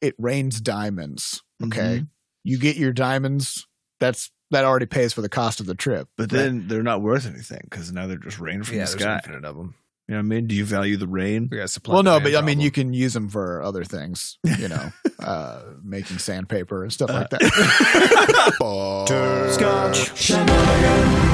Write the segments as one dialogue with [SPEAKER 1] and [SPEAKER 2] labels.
[SPEAKER 1] it rains diamonds. Okay.
[SPEAKER 2] Mm-hmm.
[SPEAKER 1] You get your diamonds. That's that already pays for the cost of the trip.
[SPEAKER 2] But
[SPEAKER 1] Right.
[SPEAKER 2] then they're not worth anything because now they're just rain from
[SPEAKER 3] yeah,
[SPEAKER 2] the
[SPEAKER 3] there's
[SPEAKER 2] sky.
[SPEAKER 3] infinite of them.
[SPEAKER 2] You know what I mean? Do you value the rain?
[SPEAKER 3] We got a supply.
[SPEAKER 1] well, no, but
[SPEAKER 3] demand
[SPEAKER 1] I mean, you
[SPEAKER 3] problem.
[SPEAKER 1] can use them for other things, you know, uh, making sandpaper and stuff
[SPEAKER 2] Uh,
[SPEAKER 1] like that.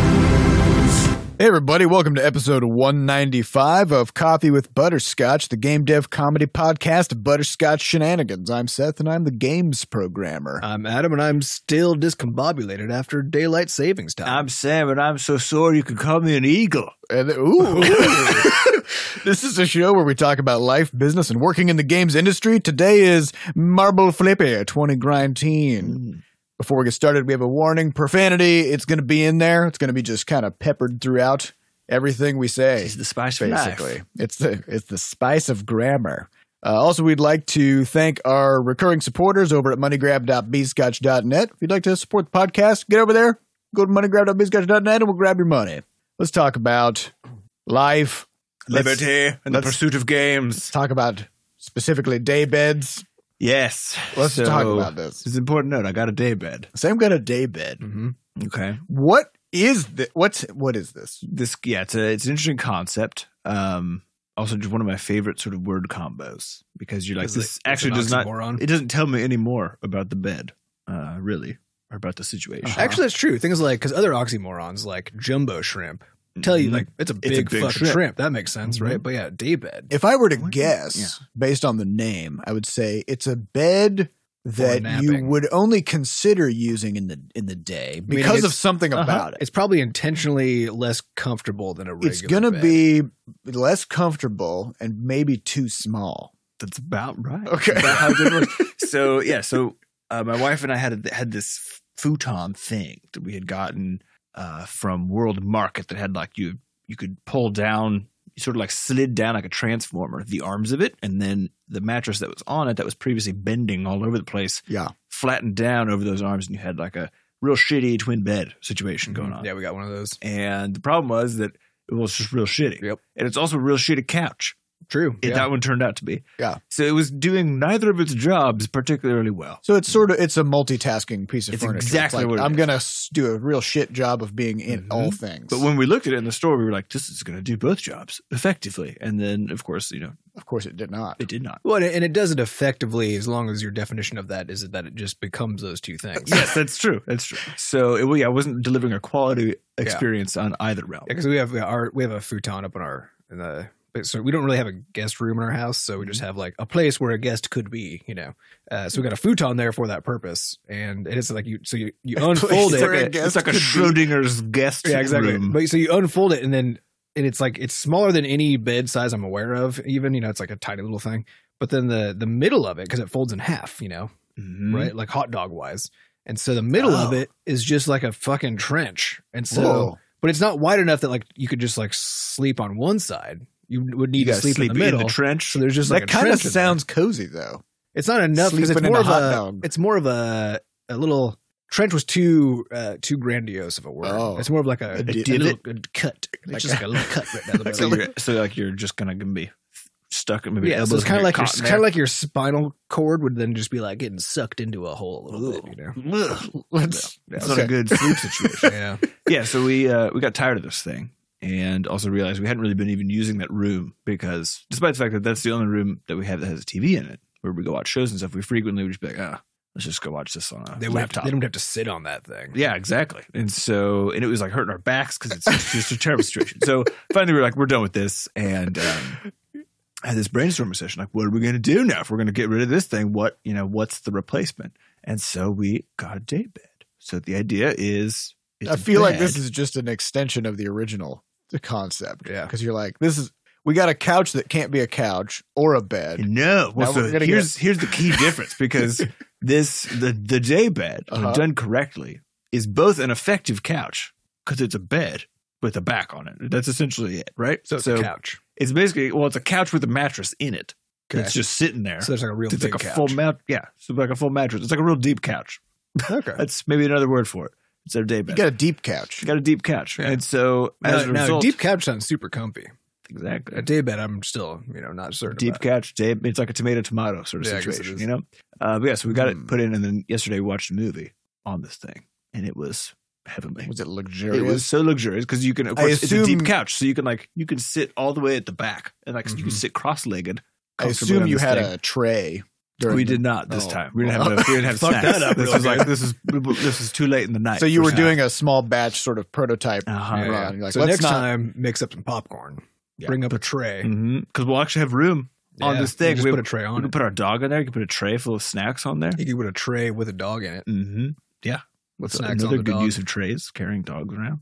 [SPEAKER 1] Oh. Hey, everybody, welcome to episode 195 of Coffee with Butterscotch, the game dev comedy podcast of Butterscotch Shenanigans. I'm Seth, and I'm the games programmer.
[SPEAKER 3] I'm um, Adam, and I'm still discombobulated after daylight savings time.
[SPEAKER 2] Sam, and I'm so sore you can call me an eagle.
[SPEAKER 1] And- ooh. this is a show where we talk about life, business, and working in the games industry. Today is Marble Flippy 2019.
[SPEAKER 2] Mm.
[SPEAKER 1] Before we get started, we have a warning profanity. It's going to be in there, it's going to be just kind of peppered throughout everything we say.
[SPEAKER 3] He's the spice for life.
[SPEAKER 1] basically. It's the it's the spice of grammar. Uh, also, we'd like to thank our recurring supporters over at moneygrab.bscotch.net. If you'd like to support the podcast, get over there, go to moneygrab.bscotch.net, and we'll grab your money. Let's talk about life. Let's
[SPEAKER 2] Liberty and the
[SPEAKER 1] let's-
[SPEAKER 2] pursuit of games.
[SPEAKER 1] talk about specifically day beds.
[SPEAKER 2] Yes.
[SPEAKER 1] Let's
[SPEAKER 2] So,
[SPEAKER 1] talk about this.
[SPEAKER 2] It's an important note. I got a day bed.
[SPEAKER 1] Sam got a day bed.
[SPEAKER 3] Mm-hmm.
[SPEAKER 2] Okay.
[SPEAKER 1] What is this? What's what is this?
[SPEAKER 2] This yeah, it's a, it's an interesting concept. Um also just one of my favorite sort of word combos because you're like this actually does not
[SPEAKER 3] Moron.
[SPEAKER 2] it doesn't tell me any more about the bed, uh really, or about the situation.
[SPEAKER 1] Uh-huh.
[SPEAKER 3] Actually, that's true. Things like because other oxymorons like jumbo shrimp tell you
[SPEAKER 2] Mhm.
[SPEAKER 3] like it's a
[SPEAKER 2] It's a
[SPEAKER 3] big,
[SPEAKER 2] big
[SPEAKER 3] fucking
[SPEAKER 2] shrimp.
[SPEAKER 3] shrimp. That makes sense, right? But yeah, daybed.
[SPEAKER 1] If I were to
[SPEAKER 2] What-
[SPEAKER 1] guess
[SPEAKER 2] yeah.
[SPEAKER 1] based on the name, I would say it's a bed that you
[SPEAKER 3] napping.
[SPEAKER 1] would only consider using in the in the day
[SPEAKER 3] Meaning
[SPEAKER 1] because of
[SPEAKER 3] it's-
[SPEAKER 1] something
[SPEAKER 2] uh-huh.
[SPEAKER 1] about it.
[SPEAKER 3] It's probably intentionally less comfortable than a regular.
[SPEAKER 1] It's gonna
[SPEAKER 3] bed.
[SPEAKER 1] be less comfortable and maybe too small.
[SPEAKER 2] That's about right.
[SPEAKER 1] Okay.
[SPEAKER 2] That's about how good it was. so yeah, so uh, my wife and I had had this f- futon thing that we had gotten uh, from World Market that had like you you could pull down, you sort of like slid down like a transformer, the arms of it, and then the mattress that was on it that was previously bending all over the place,
[SPEAKER 1] Yeah.
[SPEAKER 2] flattened down over those arms, and you had like a real shitty twin bed situation
[SPEAKER 1] Mm-hmm.
[SPEAKER 2] going on.
[SPEAKER 3] Yeah, we got one of those.
[SPEAKER 2] And the problem was that it was just real shitty.
[SPEAKER 3] Yep.
[SPEAKER 2] And it's also a real shitty couch.
[SPEAKER 3] True.
[SPEAKER 2] It,
[SPEAKER 3] yeah.
[SPEAKER 2] That one turned out to be.
[SPEAKER 1] Yeah.
[SPEAKER 2] So it was doing neither of its jobs particularly well.
[SPEAKER 1] So it's sort of it's a multitasking piece of
[SPEAKER 2] It's
[SPEAKER 1] furniture.
[SPEAKER 2] exactly
[SPEAKER 1] it's like,
[SPEAKER 2] what it
[SPEAKER 1] I'm
[SPEAKER 2] is.
[SPEAKER 1] gonna s- do a real shit job of being in
[SPEAKER 3] Mhm.
[SPEAKER 1] all things.
[SPEAKER 2] But when we looked at it in the store, we were like, this is going to do both jobs effectively. And then, of course, you know,
[SPEAKER 1] of course, it did not.
[SPEAKER 2] it did not.
[SPEAKER 3] Well, and it- and it does it effectively as long as your definition of that is that it just becomes those two things.
[SPEAKER 2] yes, that's true. That's true. So it, well, yeah, I wasn't delivering a quality experience on either realm.
[SPEAKER 3] because we have our we have a futon up in our in the but so we don't really have a guest room in our house, so we just
[SPEAKER 1] Mm-hmm.
[SPEAKER 3] have like a place where a guest could be, you know. Uh, so we got a futon there for that purpose, and it is like you so you you
[SPEAKER 1] place
[SPEAKER 3] unfold
[SPEAKER 1] where a
[SPEAKER 3] it,
[SPEAKER 1] guest
[SPEAKER 2] It's like a
[SPEAKER 1] could be-
[SPEAKER 2] Schrodinger's guest
[SPEAKER 3] yeah, exactly.
[SPEAKER 2] room.
[SPEAKER 3] But so you unfold it, and then and it's like it's smaller than any bed size I'm aware of. Even you know, it's like a tiny little thing. But then the the middle of it because it folds in half, you know,
[SPEAKER 2] Mhm.
[SPEAKER 3] right? Like hot dog wise. And so the middle of
[SPEAKER 1] Mm-hmm. Oh.
[SPEAKER 3] it is just like a fucking trench. And so,
[SPEAKER 1] Whoa.
[SPEAKER 3] but it's not wide enough that like you could just like sleep on one side. You would need
[SPEAKER 2] You
[SPEAKER 3] to
[SPEAKER 2] guys
[SPEAKER 3] sleep, in the middle.
[SPEAKER 2] trench.
[SPEAKER 3] so there's just like
[SPEAKER 1] that
[SPEAKER 3] a
[SPEAKER 1] kind of
[SPEAKER 3] trench in there.
[SPEAKER 1] sounds cozy though.
[SPEAKER 3] It's not enough because it's
[SPEAKER 1] Sleeping in
[SPEAKER 3] more
[SPEAKER 1] a
[SPEAKER 3] of
[SPEAKER 1] hot
[SPEAKER 3] a.
[SPEAKER 1] dog.
[SPEAKER 3] It's more of a a little trench was too uh, too grandiose of a word.
[SPEAKER 1] Oh.
[SPEAKER 3] It's more of like a,
[SPEAKER 1] A
[SPEAKER 3] a
[SPEAKER 1] di-
[SPEAKER 3] little-
[SPEAKER 2] divot?
[SPEAKER 3] a cut. It's
[SPEAKER 1] Like
[SPEAKER 3] just
[SPEAKER 1] a-
[SPEAKER 3] like a little cut right down the
[SPEAKER 2] so,
[SPEAKER 3] middle.
[SPEAKER 2] you're, so like you're just going to be stuck. Maybe
[SPEAKER 3] yeah, so
[SPEAKER 2] elbows
[SPEAKER 3] it's kind of
[SPEAKER 2] gonna
[SPEAKER 3] like
[SPEAKER 2] get
[SPEAKER 3] your
[SPEAKER 2] caught in
[SPEAKER 3] kind of like your spinal cord would then just be like getting sucked into a hole a little
[SPEAKER 2] there.
[SPEAKER 3] bit, you know?
[SPEAKER 2] Ugh.
[SPEAKER 1] Let's-
[SPEAKER 2] Yeah, It's
[SPEAKER 1] okay.
[SPEAKER 2] not a good sleep situation.
[SPEAKER 3] Yeah,
[SPEAKER 2] yeah, so we uh, we got tired of this thing, and also realized we hadn't really been even using that room because, despite the fact that that's the only room that we have that has a TV in it, where we go watch shows and stuff, we frequently would just be like, ah, let's just go watch this on a
[SPEAKER 3] they would have to,
[SPEAKER 2] laptop.
[SPEAKER 3] they don't have to sit on that thing.
[SPEAKER 2] yeah, exactly. And so, and it was like hurting our backs because it's it's just a terrible situation. So finally, we were like, we're done with this, and um, had this brainstorming session. Like, what are we going to do now? If we're going to get rid of this thing, what you know, what's the replacement? And so we got a day bed. So the idea is, it's
[SPEAKER 1] I
[SPEAKER 2] a
[SPEAKER 1] feel like
[SPEAKER 2] bed.
[SPEAKER 1] this is just an extension of the original concept.
[SPEAKER 3] Yeah.
[SPEAKER 1] Because you're like, this is we got a couch that can't be a couch or a bed.
[SPEAKER 2] No. Well,
[SPEAKER 1] Now
[SPEAKER 2] so
[SPEAKER 1] we're gonna
[SPEAKER 2] here's here's the key difference because this the the day bed
[SPEAKER 1] Uh-huh.
[SPEAKER 2] when done correctly is both an effective couch because it's a bed with a back on it. That's essentially it, right?
[SPEAKER 3] So it's a couch.
[SPEAKER 2] it's basically well, it's a couch with a mattress in it.
[SPEAKER 3] Okay.
[SPEAKER 2] It's just sitting there.
[SPEAKER 3] So there's like a real
[SPEAKER 2] it's
[SPEAKER 3] big
[SPEAKER 2] like a
[SPEAKER 3] couch.
[SPEAKER 2] full mat. Yeah, so like a full mattress. It's like a real deep couch.
[SPEAKER 3] okay.
[SPEAKER 2] That's maybe another word for it. It's a day
[SPEAKER 1] You
[SPEAKER 2] bed.
[SPEAKER 1] got a deep couch.
[SPEAKER 2] You got a deep couch,
[SPEAKER 3] Yeah.
[SPEAKER 2] and so as
[SPEAKER 3] Now,
[SPEAKER 2] a
[SPEAKER 3] now,
[SPEAKER 2] result,
[SPEAKER 3] deep couch sounds super comfy.
[SPEAKER 2] Exactly.
[SPEAKER 3] A daybed, I'm still, you know, not certain.
[SPEAKER 2] Deep
[SPEAKER 3] about.
[SPEAKER 2] catch, day. It's like a tomato tomato sort of
[SPEAKER 3] Yeah, I guess it
[SPEAKER 2] situation,
[SPEAKER 3] is.
[SPEAKER 2] you know. Uh, but yeah, so we got
[SPEAKER 1] Hmm.
[SPEAKER 2] it put in, and then yesterday we watched a movie on this thing, and it was heavenly.
[SPEAKER 1] Was it luxurious?
[SPEAKER 2] It was so luxurious because you can. Of
[SPEAKER 1] I
[SPEAKER 2] course, it's a
[SPEAKER 1] assume-
[SPEAKER 2] deep couch, so you can like you can sit all the way at the back, and like you can
[SPEAKER 3] Mhm.
[SPEAKER 2] sit cross-legged.
[SPEAKER 1] Mm-hmm. I
[SPEAKER 2] comfortably
[SPEAKER 1] assume
[SPEAKER 2] on
[SPEAKER 1] you
[SPEAKER 2] this
[SPEAKER 1] had
[SPEAKER 2] thing.
[SPEAKER 1] a tray. during
[SPEAKER 2] We
[SPEAKER 1] the-
[SPEAKER 2] did not this
[SPEAKER 3] Oh.
[SPEAKER 2] time. We didn't have. enough- we didn't have
[SPEAKER 3] Fuck
[SPEAKER 2] snacks.
[SPEAKER 3] that up
[SPEAKER 2] This
[SPEAKER 3] real
[SPEAKER 2] was like
[SPEAKER 3] good.
[SPEAKER 2] this is this is too late in the night.
[SPEAKER 1] So you
[SPEAKER 2] for
[SPEAKER 1] were
[SPEAKER 2] snacks.
[SPEAKER 1] doing a small batch sort of prototype
[SPEAKER 2] Uh-huh.
[SPEAKER 1] run.
[SPEAKER 3] Yeah, yeah.
[SPEAKER 1] You're Like,
[SPEAKER 3] so
[SPEAKER 1] let's
[SPEAKER 3] next
[SPEAKER 1] not.
[SPEAKER 3] time, mix up some popcorn.
[SPEAKER 2] Yeah.
[SPEAKER 3] Bring up a tray
[SPEAKER 2] Because Mm-hmm. we'll actually have room. On this
[SPEAKER 3] you
[SPEAKER 2] thing,
[SPEAKER 3] Just
[SPEAKER 2] we-
[SPEAKER 3] put a tray
[SPEAKER 2] We
[SPEAKER 3] on
[SPEAKER 2] can
[SPEAKER 3] it.
[SPEAKER 2] put our dog in there. You can put a tray full of snacks on there.
[SPEAKER 3] You could put a tray with a dog in it.
[SPEAKER 2] Mm-hmm. Yeah.
[SPEAKER 3] With
[SPEAKER 2] That's
[SPEAKER 3] snacks on
[SPEAKER 2] another
[SPEAKER 3] the
[SPEAKER 2] good
[SPEAKER 3] dog.
[SPEAKER 2] use of trays, carrying dogs around.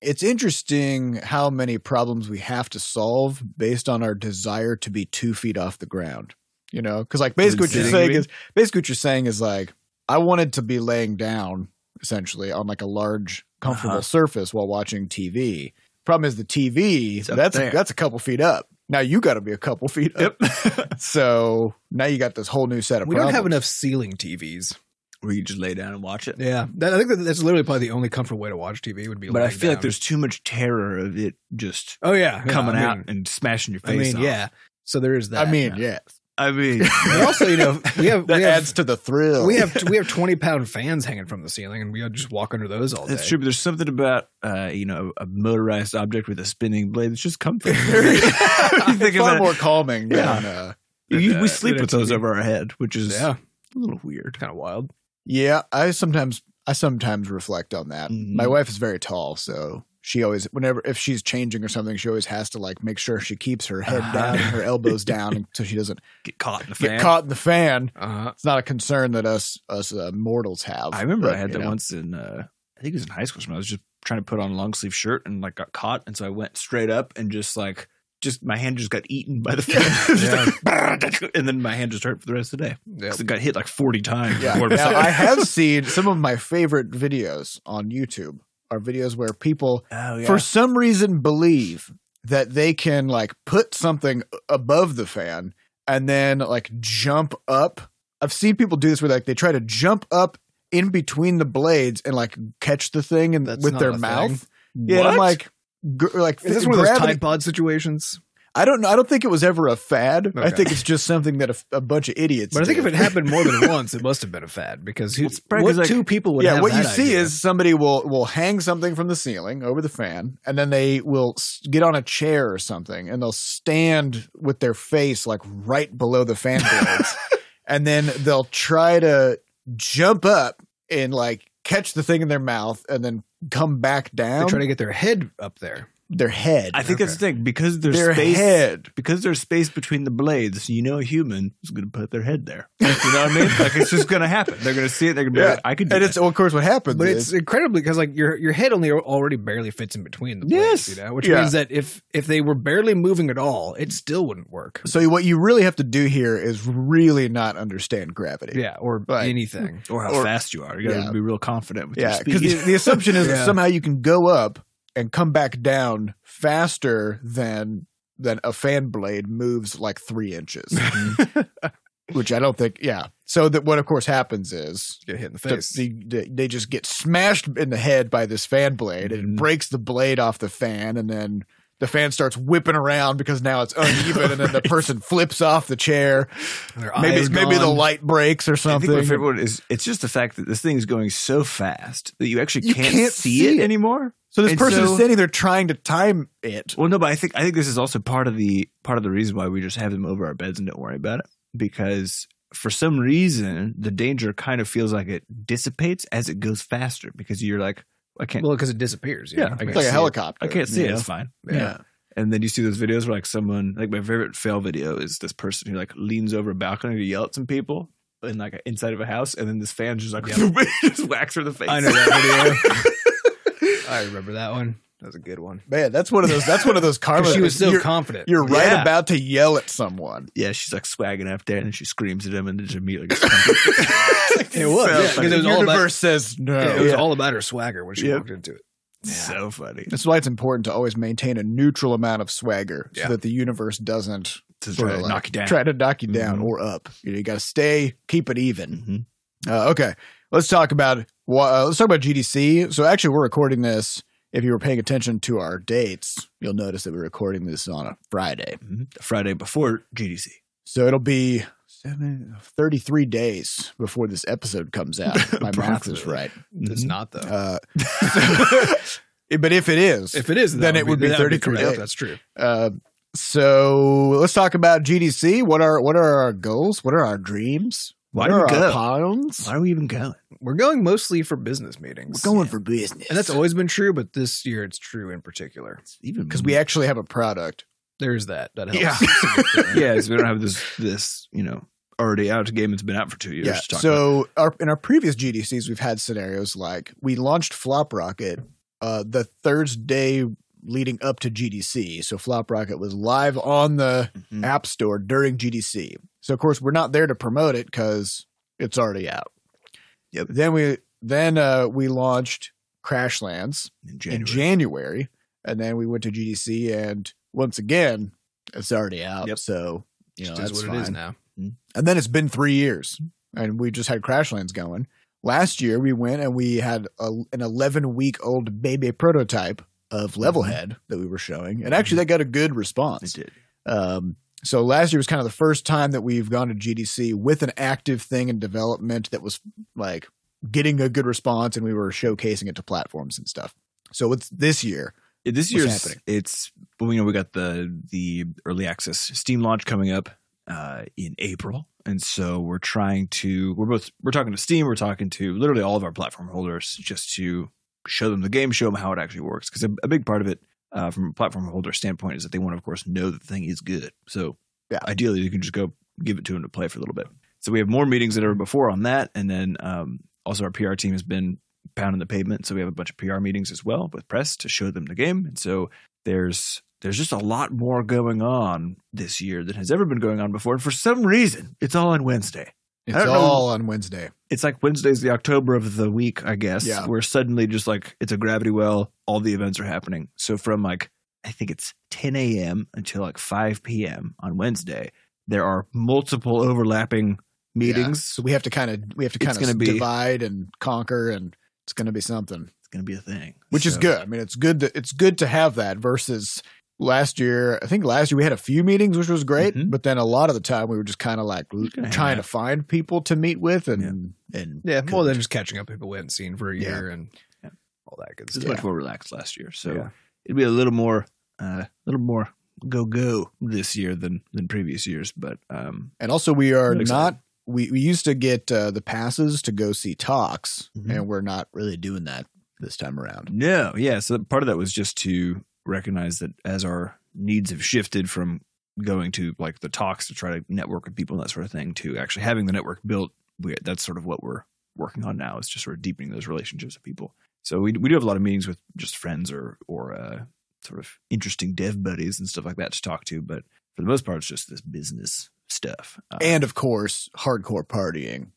[SPEAKER 1] It's interesting how many problems we have to solve based on our desire to be two feet off the ground. You know, because like basically what you're
[SPEAKER 2] Sitting,
[SPEAKER 1] saying
[SPEAKER 2] you
[SPEAKER 1] is basically what you're saying is like I wanted to be laying down essentially on like a large comfortable
[SPEAKER 2] Uh-huh.
[SPEAKER 1] surface while watching TV. Problem is the TV
[SPEAKER 2] It's up
[SPEAKER 1] that's
[SPEAKER 2] there.
[SPEAKER 1] that's a couple feet up. Now you got to be a couple feet up. So now you got this whole new set of
[SPEAKER 3] We don't
[SPEAKER 1] problems.
[SPEAKER 3] have enough ceiling TVs.
[SPEAKER 2] Where you just lay down and watch it.
[SPEAKER 3] Yeah, that, I think that, that's literally probably the only comfortable way to watch TV would be.
[SPEAKER 2] But I
[SPEAKER 3] laying
[SPEAKER 2] feel like
[SPEAKER 3] down.
[SPEAKER 2] there's too much terror of it just
[SPEAKER 3] oh yeah yeah,
[SPEAKER 2] coming
[SPEAKER 3] I mean-
[SPEAKER 2] out and smashing your
[SPEAKER 3] I
[SPEAKER 2] face.
[SPEAKER 3] mean,
[SPEAKER 2] off.
[SPEAKER 3] yeah. So there is that.
[SPEAKER 1] I mean, yeah.
[SPEAKER 2] I mean,
[SPEAKER 3] And also, you know, we have
[SPEAKER 1] That
[SPEAKER 3] we
[SPEAKER 1] adds
[SPEAKER 3] have,
[SPEAKER 1] to the thrill.
[SPEAKER 3] we have we have twenty pound fans hanging from the ceiling, and we just walk under those all day.
[SPEAKER 2] that's true. But there's something about uh, you know a motorized object with a spinning blade that's just comfort. you think
[SPEAKER 1] It's far
[SPEAKER 2] about it,
[SPEAKER 1] more calming
[SPEAKER 2] Yeah.
[SPEAKER 1] than uh,
[SPEAKER 2] you- we
[SPEAKER 3] Uh,
[SPEAKER 2] sleep with those over our head, which is
[SPEAKER 3] Yeah,
[SPEAKER 2] a little weird.
[SPEAKER 3] kind of wild.
[SPEAKER 1] Yeah, I sometimes I sometimes reflect on that.
[SPEAKER 2] Mhm.
[SPEAKER 1] My wife is very tall, so she always whenever if she's changing or something, she always has to like make sure she keeps her head
[SPEAKER 2] Uh-huh.
[SPEAKER 1] down and her elbows down so she doesn't
[SPEAKER 2] Get caught in the fan.
[SPEAKER 1] get caught in the fan.
[SPEAKER 3] Uh,
[SPEAKER 1] It's not a concern that us us uh, mortals have.
[SPEAKER 2] I remember
[SPEAKER 1] but,
[SPEAKER 2] I had
[SPEAKER 1] you
[SPEAKER 2] that
[SPEAKER 1] know.
[SPEAKER 2] once in uh, I think it was in high school. When I was just trying to put on a long sleeve shirt and like got caught, and so I went straight up and just like just my hand just got eaten by the fan, Just like, and then my hand just hurt for the rest of the day
[SPEAKER 3] yeah.
[SPEAKER 2] 'Cause it got hit like forty times.
[SPEAKER 1] Yeah.
[SPEAKER 2] before it was
[SPEAKER 1] Now,
[SPEAKER 2] out.
[SPEAKER 1] I have seen some of my favorite videos on YouTube are videos where people
[SPEAKER 2] oh yeah,
[SPEAKER 1] for some reason believe that they can like put something above the fan and then like jump up. I've seen people do this where like they try to jump up in between the blades and like catch the thing and
[SPEAKER 3] That's
[SPEAKER 1] with
[SPEAKER 3] not
[SPEAKER 1] their
[SPEAKER 3] a
[SPEAKER 1] mouth.
[SPEAKER 3] thing.
[SPEAKER 1] Yeah, and I'm
[SPEAKER 2] What?
[SPEAKER 1] like, gr- like
[SPEAKER 3] Is this one of those
[SPEAKER 1] gravity-
[SPEAKER 3] Tide Pod situations?
[SPEAKER 1] I don't know. I don't think it was ever a fad. I
[SPEAKER 3] Okay.
[SPEAKER 1] think it's just something that a, a bunch of idiots.
[SPEAKER 3] But I think if
[SPEAKER 1] did.
[SPEAKER 3] it happened more than once, it must have been a fad because who,
[SPEAKER 2] Well, it's probably
[SPEAKER 3] what
[SPEAKER 2] 'cause, like-
[SPEAKER 3] two people would
[SPEAKER 1] yeah,
[SPEAKER 3] have
[SPEAKER 1] what you
[SPEAKER 3] that
[SPEAKER 1] see
[SPEAKER 3] idea?
[SPEAKER 1] is somebody will will hang something from the ceiling over the fan, and then they will s- get on a chair or something, and they'll stand with their face like right below the fan blades, and then they'll try to jump up and like catch the thing in their mouth, and then come back
[SPEAKER 3] they're
[SPEAKER 1] down.
[SPEAKER 3] trying to get their head up there.
[SPEAKER 1] their head,
[SPEAKER 2] I think that's the thing because there's
[SPEAKER 1] their
[SPEAKER 2] space.
[SPEAKER 1] head.
[SPEAKER 2] Because there's space between the blades, you know a human is going to put their head there. You know what I mean? Like it's just going to happen. They're going to see it. They're going to be
[SPEAKER 1] Yeah.
[SPEAKER 2] like, "I could do
[SPEAKER 1] And
[SPEAKER 2] that."
[SPEAKER 1] it's well, of course what happens
[SPEAKER 3] But
[SPEAKER 1] is
[SPEAKER 3] it's incredibly because like your your head only already barely fits in between the blades,
[SPEAKER 2] Yes.
[SPEAKER 3] you know, which
[SPEAKER 1] Yeah.
[SPEAKER 3] means that if if they were barely moving at all, it still wouldn't work.
[SPEAKER 1] so what you really have to do here is really not understand gravity.
[SPEAKER 3] Yeah, or
[SPEAKER 1] Like-
[SPEAKER 3] anything.
[SPEAKER 2] or how
[SPEAKER 1] Or-
[SPEAKER 2] fast you are. You got to
[SPEAKER 1] Yeah.
[SPEAKER 2] be real confident with
[SPEAKER 1] Yeah,
[SPEAKER 2] your
[SPEAKER 1] because
[SPEAKER 2] speed.
[SPEAKER 1] the, the assumption is that
[SPEAKER 3] Yeah.
[SPEAKER 1] somehow you can go up and come back down faster than than a fan blade moves like three inches, which I don't think. Yeah. So that what of course happens is
[SPEAKER 3] Get hit in the
[SPEAKER 1] the,
[SPEAKER 3] face.
[SPEAKER 1] the, they just get smashed in the head by this fan blade, and it
[SPEAKER 2] Mhm.
[SPEAKER 1] breaks the blade off the fan, and then. The fan starts whipping around because now it's uneven, and then the person flips off the chair.
[SPEAKER 3] Their
[SPEAKER 1] Maybe
[SPEAKER 3] eyes
[SPEAKER 1] maybe the
[SPEAKER 3] gone.
[SPEAKER 1] light breaks or
[SPEAKER 2] I
[SPEAKER 1] something.
[SPEAKER 2] think my favorite one is it's just the fact that this thing is going so fast that you actually
[SPEAKER 1] You
[SPEAKER 2] can't,
[SPEAKER 1] can't
[SPEAKER 2] see,
[SPEAKER 1] see
[SPEAKER 2] it,
[SPEAKER 1] it.
[SPEAKER 2] anymore.
[SPEAKER 1] so this
[SPEAKER 2] and
[SPEAKER 1] person is
[SPEAKER 2] so-
[SPEAKER 1] standing there trying to time it,
[SPEAKER 2] Well, no, but I think I think this is also part of the part of the reason why we just have them over our beds and don't worry about it because for some reason the danger kind of feels like it dissipates as it goes faster because you're like I can't
[SPEAKER 3] Well, because it disappears. you
[SPEAKER 2] Yeah,
[SPEAKER 3] know? I
[SPEAKER 2] it's
[SPEAKER 1] It's
[SPEAKER 3] guess.
[SPEAKER 1] like a
[SPEAKER 2] see it.
[SPEAKER 1] helicopter.
[SPEAKER 2] I can't see
[SPEAKER 1] you
[SPEAKER 2] it.
[SPEAKER 1] know?
[SPEAKER 2] It's fine.
[SPEAKER 1] Yeah.
[SPEAKER 2] And then you see those videos where like someone like my favorite fail video is this person who like leans over a balcony to yell at some people in like inside of a house, and then this fan just like just whacks her in the face.
[SPEAKER 3] I know that video. I remember that one. That was a good one.
[SPEAKER 1] Man, that's one of those. That's one of those karma.
[SPEAKER 3] 'Cause she was so
[SPEAKER 1] you're,
[SPEAKER 3] confident.
[SPEAKER 1] you're right
[SPEAKER 2] Yeah.
[SPEAKER 1] about to yell at someone.
[SPEAKER 2] Yeah, she's like swagging up there, and then she screams at him, and then just immediately gets punched. Like,
[SPEAKER 3] It was,
[SPEAKER 2] so
[SPEAKER 3] yeah,
[SPEAKER 2] funny.
[SPEAKER 3] it was
[SPEAKER 1] the
[SPEAKER 3] all about-
[SPEAKER 1] universe says no.
[SPEAKER 3] Yeah, it was
[SPEAKER 1] Yeah.
[SPEAKER 3] all about her swagger when she
[SPEAKER 2] Yep.
[SPEAKER 3] walked into it.
[SPEAKER 2] so funny.
[SPEAKER 1] That's why it's important to always maintain a neutral amount of swagger, so
[SPEAKER 3] Yeah.
[SPEAKER 1] that the universe doesn't
[SPEAKER 2] To
[SPEAKER 1] sort
[SPEAKER 2] try
[SPEAKER 1] of
[SPEAKER 2] to
[SPEAKER 1] like
[SPEAKER 2] knock you down.
[SPEAKER 1] try to knock you down
[SPEAKER 2] Mhm.
[SPEAKER 1] or up. You, know, you got to stay, keep it even.
[SPEAKER 2] Mhm.
[SPEAKER 1] Uh, okay, let's talk about wha- uh, let's talk about GDC. So actually, we're recording this. if you were paying attention to our dates, you'll notice that we're recording this on a Friday.
[SPEAKER 2] Mhm. The Friday before GDC.
[SPEAKER 1] So it'll be seven, 33 days before this episode comes out. if My math is
[SPEAKER 2] Approximately.
[SPEAKER 1] right.
[SPEAKER 2] Mm-hmm.
[SPEAKER 3] It's not though.
[SPEAKER 1] Uh, so- but if it is,
[SPEAKER 3] if it is,
[SPEAKER 1] then it would be
[SPEAKER 3] that
[SPEAKER 1] 33
[SPEAKER 3] correct.
[SPEAKER 1] days.
[SPEAKER 3] That's true.
[SPEAKER 1] uh, so let's talk about GDC. What are what are our goals? What are our dreams? what
[SPEAKER 2] Why do we
[SPEAKER 1] are
[SPEAKER 2] go?
[SPEAKER 1] our plans?
[SPEAKER 2] Why are we even going?
[SPEAKER 3] We're going mostly for business meetings.
[SPEAKER 1] We're going for business,
[SPEAKER 3] and that's always been true, but this year it's true in particular.
[SPEAKER 2] It's even
[SPEAKER 1] because we actually have a product.
[SPEAKER 3] There's that. That
[SPEAKER 2] Yeah.
[SPEAKER 3] helps. significantly.
[SPEAKER 2] yeah, 'cause we don't have this this you know already out game that's been out for two years. to talk about.
[SPEAKER 1] So our, in our previous GDCs, we've had scenarios like we launched Flop Rocket uh, the Thursday leading up to GDC. So Flop Rocket was live on the
[SPEAKER 2] Mhm.
[SPEAKER 1] App Store during GDC. So of course we're not there to promote it because it's already out.
[SPEAKER 2] Yep.
[SPEAKER 1] Then we then uh, we launched Crashlands
[SPEAKER 2] in January.
[SPEAKER 1] in January, and then we went to GDC, and once again it's already out.
[SPEAKER 2] Yep.
[SPEAKER 1] So you know
[SPEAKER 3] Just
[SPEAKER 1] that's
[SPEAKER 3] is what
[SPEAKER 1] fine.
[SPEAKER 3] it is now.
[SPEAKER 1] And then it's been three years, and we just had Crashlands going. Last year, we went and we had a, an 11 week old baby prototype of Levelhead that we were showing, and actually that got a good
[SPEAKER 2] Mm-hmm. It
[SPEAKER 1] response.
[SPEAKER 2] did.
[SPEAKER 1] Um, so last year was kind of the first time that we've gone to GDC with an active thing in development that was like getting a good response, and we were showcasing it to platforms and stuff. So it's this year.
[SPEAKER 2] Yeah, this
[SPEAKER 1] What's
[SPEAKER 2] year's
[SPEAKER 1] happening?
[SPEAKER 2] it's well, you know we got the the early access Steam launch coming up uh, in April, and so we're trying to we're both we're talking to Steam, we're talking to literally all of our platform holders just to show them the game, show them how it actually works. Because a, a big part of it uh, from a platform holder standpoint is that they want to, of course, know that the thing is good. So
[SPEAKER 1] Yeah.
[SPEAKER 2] ideally, you can just go give it to them to play for a little bit. So we have more meetings than ever before on that, and then um, also our PR team has been pounding the pavement. So we have a bunch of PR meetings as well with press to show them the game. And so there's there's just a lot more going on this year than has ever been going on before. And for some reason, it's all on Wednesday.
[SPEAKER 1] It's
[SPEAKER 2] don't know-
[SPEAKER 1] all on Wednesday.
[SPEAKER 2] It's like Wednesday's the October of the week, I guess.
[SPEAKER 1] Yeah.
[SPEAKER 2] Where suddenly just like it's a gravity well, all the events are happening. So from like I think it's 10 a.m. until like 5 p.m. on Wednesday, there are multiple overlapping meetings.
[SPEAKER 1] Yeah. So we have to kind of we have to
[SPEAKER 2] It's
[SPEAKER 1] kind
[SPEAKER 2] gonna
[SPEAKER 1] of
[SPEAKER 2] be-
[SPEAKER 1] divide and conquer, and it's going to be something.
[SPEAKER 2] It's gonna be a thing.
[SPEAKER 1] which is
[SPEAKER 2] So-
[SPEAKER 1] good. I mean, it's good. To, it's good to have that versus last year. I think last year we had a few meetings, which was great,
[SPEAKER 2] Mhm.
[SPEAKER 1] but then a lot of the time we were just kind of like l-
[SPEAKER 2] gonna hang
[SPEAKER 1] trying to
[SPEAKER 2] out.
[SPEAKER 1] find people to meet with and and
[SPEAKER 3] Yeah, more
[SPEAKER 1] couldn't.
[SPEAKER 3] than just catching up people we hadn't seen for a
[SPEAKER 1] Yeah.
[SPEAKER 3] year and
[SPEAKER 2] Yeah.
[SPEAKER 3] all that good
[SPEAKER 2] It's
[SPEAKER 3] stuff.
[SPEAKER 2] much more relaxed last year, so
[SPEAKER 3] Yeah.
[SPEAKER 2] it'd be a little more, a little more go go this year than than previous years. But um,
[SPEAKER 1] and also we are
[SPEAKER 2] I'm excited.
[SPEAKER 1] not. We, we used to get uh, the passes to go see talks,
[SPEAKER 2] Mhm.
[SPEAKER 1] and we're not really doing that this time around.
[SPEAKER 2] no, yeah. So part of that was just to recognize that as our needs have shifted from going to like the talks to try to network with people and that sort of thing to actually having the network built. We, that's sort of what we're working on now is just sort of deepening those relationships with people. So we we do have a lot of meetings with just friends or or uh, sort of interesting dev buddies and stuff like that to talk to, but for the most part, it's just this business stuff. Uh,
[SPEAKER 1] And of course, hardcore partying.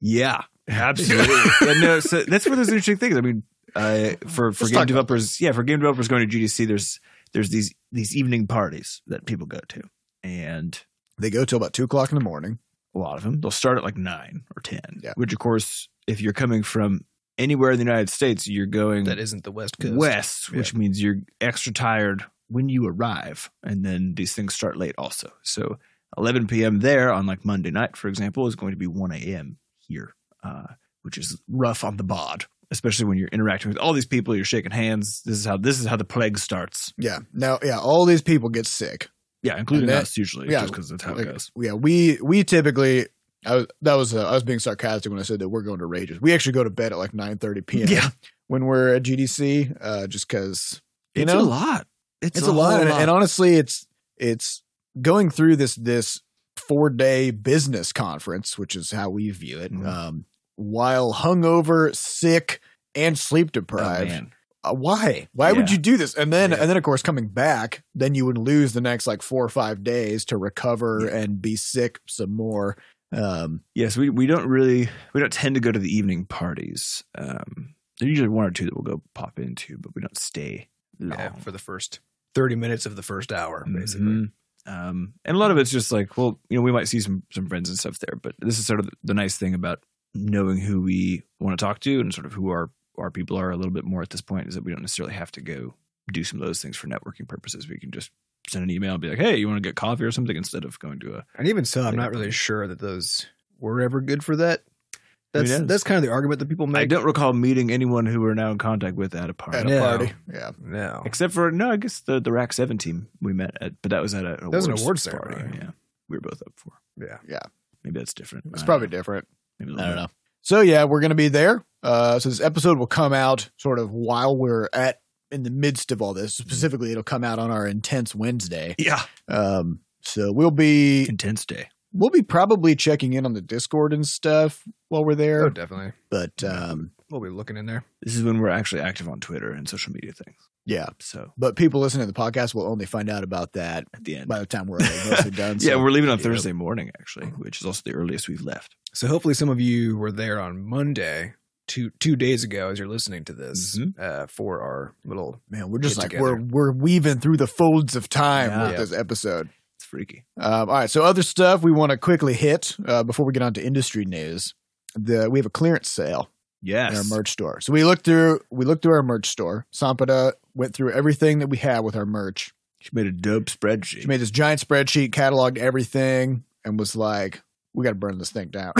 [SPEAKER 2] Yeah, absolutely. yeah, no, so that's where there's interesting things. I mean, uh, for for
[SPEAKER 1] Let's
[SPEAKER 2] game
[SPEAKER 1] talk about
[SPEAKER 2] developers, yeah, for game developers going to GDC, there's there's these these evening parties that people go to, and
[SPEAKER 1] They go till about two o'clock in the morning.
[SPEAKER 2] a lot of them they'll start at like nine or ten.
[SPEAKER 1] Yeah.
[SPEAKER 2] Which, of course, if you're coming from anywhere in the United States, you're going
[SPEAKER 3] That isn't the West Coast.
[SPEAKER 2] west,
[SPEAKER 3] Yeah.
[SPEAKER 2] which means you're extra tired when you arrive, and then these things start late also. So 11 p.m. there on like Monday night, for example, is going to be 1 a.m. here, uh, which is rough on the bod, especially when you're interacting with all these people. You're shaking hands. This is how this is how the plague starts.
[SPEAKER 1] Yeah. Now, yeah, all these people get sick.
[SPEAKER 2] Yeah, including
[SPEAKER 1] that-
[SPEAKER 2] us usually,
[SPEAKER 1] yeah,
[SPEAKER 2] just because that's how it
[SPEAKER 1] like,
[SPEAKER 2] goes.
[SPEAKER 1] yeah, we we typically I was, that was uh, I was being sarcastic when I said that we're going to rages. We actually go to bed at like nine thirty p.m.
[SPEAKER 2] Yeah.
[SPEAKER 1] when we're at GDC, uh, just because you
[SPEAKER 2] it's
[SPEAKER 1] know
[SPEAKER 2] a lot. It's,
[SPEAKER 1] it's, a, lot.
[SPEAKER 2] whole
[SPEAKER 1] And, and honestly, it's it's going through this this four day business conference, which is how we view it,
[SPEAKER 2] Mhm.
[SPEAKER 1] um, while hungover, sick, and sleep
[SPEAKER 2] Oh,
[SPEAKER 1] deprived
[SPEAKER 2] man.
[SPEAKER 1] uh, why why would
[SPEAKER 2] Yeah.
[SPEAKER 1] you do this and then
[SPEAKER 2] Yeah.
[SPEAKER 1] and then of course coming back then you would lose the next like four or five days to recover and be sick some more um
[SPEAKER 2] Yes, we, we don't really we don't tend to go to the evening parties. Um, there's usually one or two that we'll go pop into, but we don't stay long.
[SPEAKER 3] Yeah, for the first 30 minutes of the first hour, basically.
[SPEAKER 2] Mhm. Um, and a lot of it's just like, well, you know, we might see some some friends and stuff there, but this is sort of the nice thing about knowing who we want to talk to and sort of who our our people are a little bit more at this point is that we don't necessarily have to go do some of those things for networking purposes. We can just send an email and be like, hey, you want to get coffee or something instead of going to a.
[SPEAKER 3] And even so, I'm not really sure that those were ever good for that. That's
[SPEAKER 2] knows?
[SPEAKER 3] that's kind of the argument that people
[SPEAKER 2] I
[SPEAKER 3] make.
[SPEAKER 2] don't recall meeting anyone who we're now in contact with at a party.
[SPEAKER 1] At a
[SPEAKER 3] Yeah.
[SPEAKER 1] party. Yeah.
[SPEAKER 3] No,
[SPEAKER 2] Except for no, I guess the the Rack Seven team we met at, but that was at a an
[SPEAKER 3] was an
[SPEAKER 2] awards
[SPEAKER 3] awards
[SPEAKER 2] party,
[SPEAKER 3] ceremony.
[SPEAKER 2] Yeah, we were both up for.
[SPEAKER 3] Yeah.
[SPEAKER 1] Yeah.
[SPEAKER 2] maybe that's different.
[SPEAKER 1] It's probably different.
[SPEAKER 2] Maybe a
[SPEAKER 1] I
[SPEAKER 2] little
[SPEAKER 1] don't know. So yeah, we're gonna be there. Uh, so this episode will come out sort of while we're at in the midst of all this. Specifically, it'll come out on our intense Wednesday.
[SPEAKER 2] bit. Yeah,
[SPEAKER 1] Um, so we'll be
[SPEAKER 2] intense day.
[SPEAKER 1] we'll be probably checking in on the Discord and stuff while we're
[SPEAKER 3] oh,
[SPEAKER 1] there.
[SPEAKER 3] definitely.
[SPEAKER 1] But um,
[SPEAKER 3] We'll be looking in there.
[SPEAKER 2] This is when we're actually active on Twitter and social media things.
[SPEAKER 1] yeah,
[SPEAKER 2] So
[SPEAKER 1] but people listening to the podcast will only find out about that
[SPEAKER 2] at the end,
[SPEAKER 1] by the time we're like, mostly done.
[SPEAKER 2] yeah,
[SPEAKER 1] so-
[SPEAKER 2] we're leaving on
[SPEAKER 1] yeah.
[SPEAKER 2] Thursday morning actually, which is also the earliest we've left.
[SPEAKER 3] So hopefully, some of you were there on Monday, two two days ago, as you're listening to this
[SPEAKER 2] Mhm.
[SPEAKER 1] Mm-hmm.
[SPEAKER 3] uh, for our little.
[SPEAKER 1] man, we're just
[SPEAKER 3] Get
[SPEAKER 1] like
[SPEAKER 3] together.
[SPEAKER 1] we're we're weaving through the folds of time
[SPEAKER 2] Yeah.
[SPEAKER 1] with
[SPEAKER 3] Yeah.
[SPEAKER 1] this episode.
[SPEAKER 2] It's freaky.
[SPEAKER 1] Um, all right, so other stuff we want to quickly hit uh, before we get on to industry news. The we have a clearance sale in our
[SPEAKER 2] Yes,
[SPEAKER 1] merch store. So we looked through we looked through our merch store. Sampada went through everything that we had with our merch.
[SPEAKER 2] she made a dope spreadsheet.
[SPEAKER 1] She made this giant spreadsheet, cataloged everything, and was like, "We got to burn this thing down."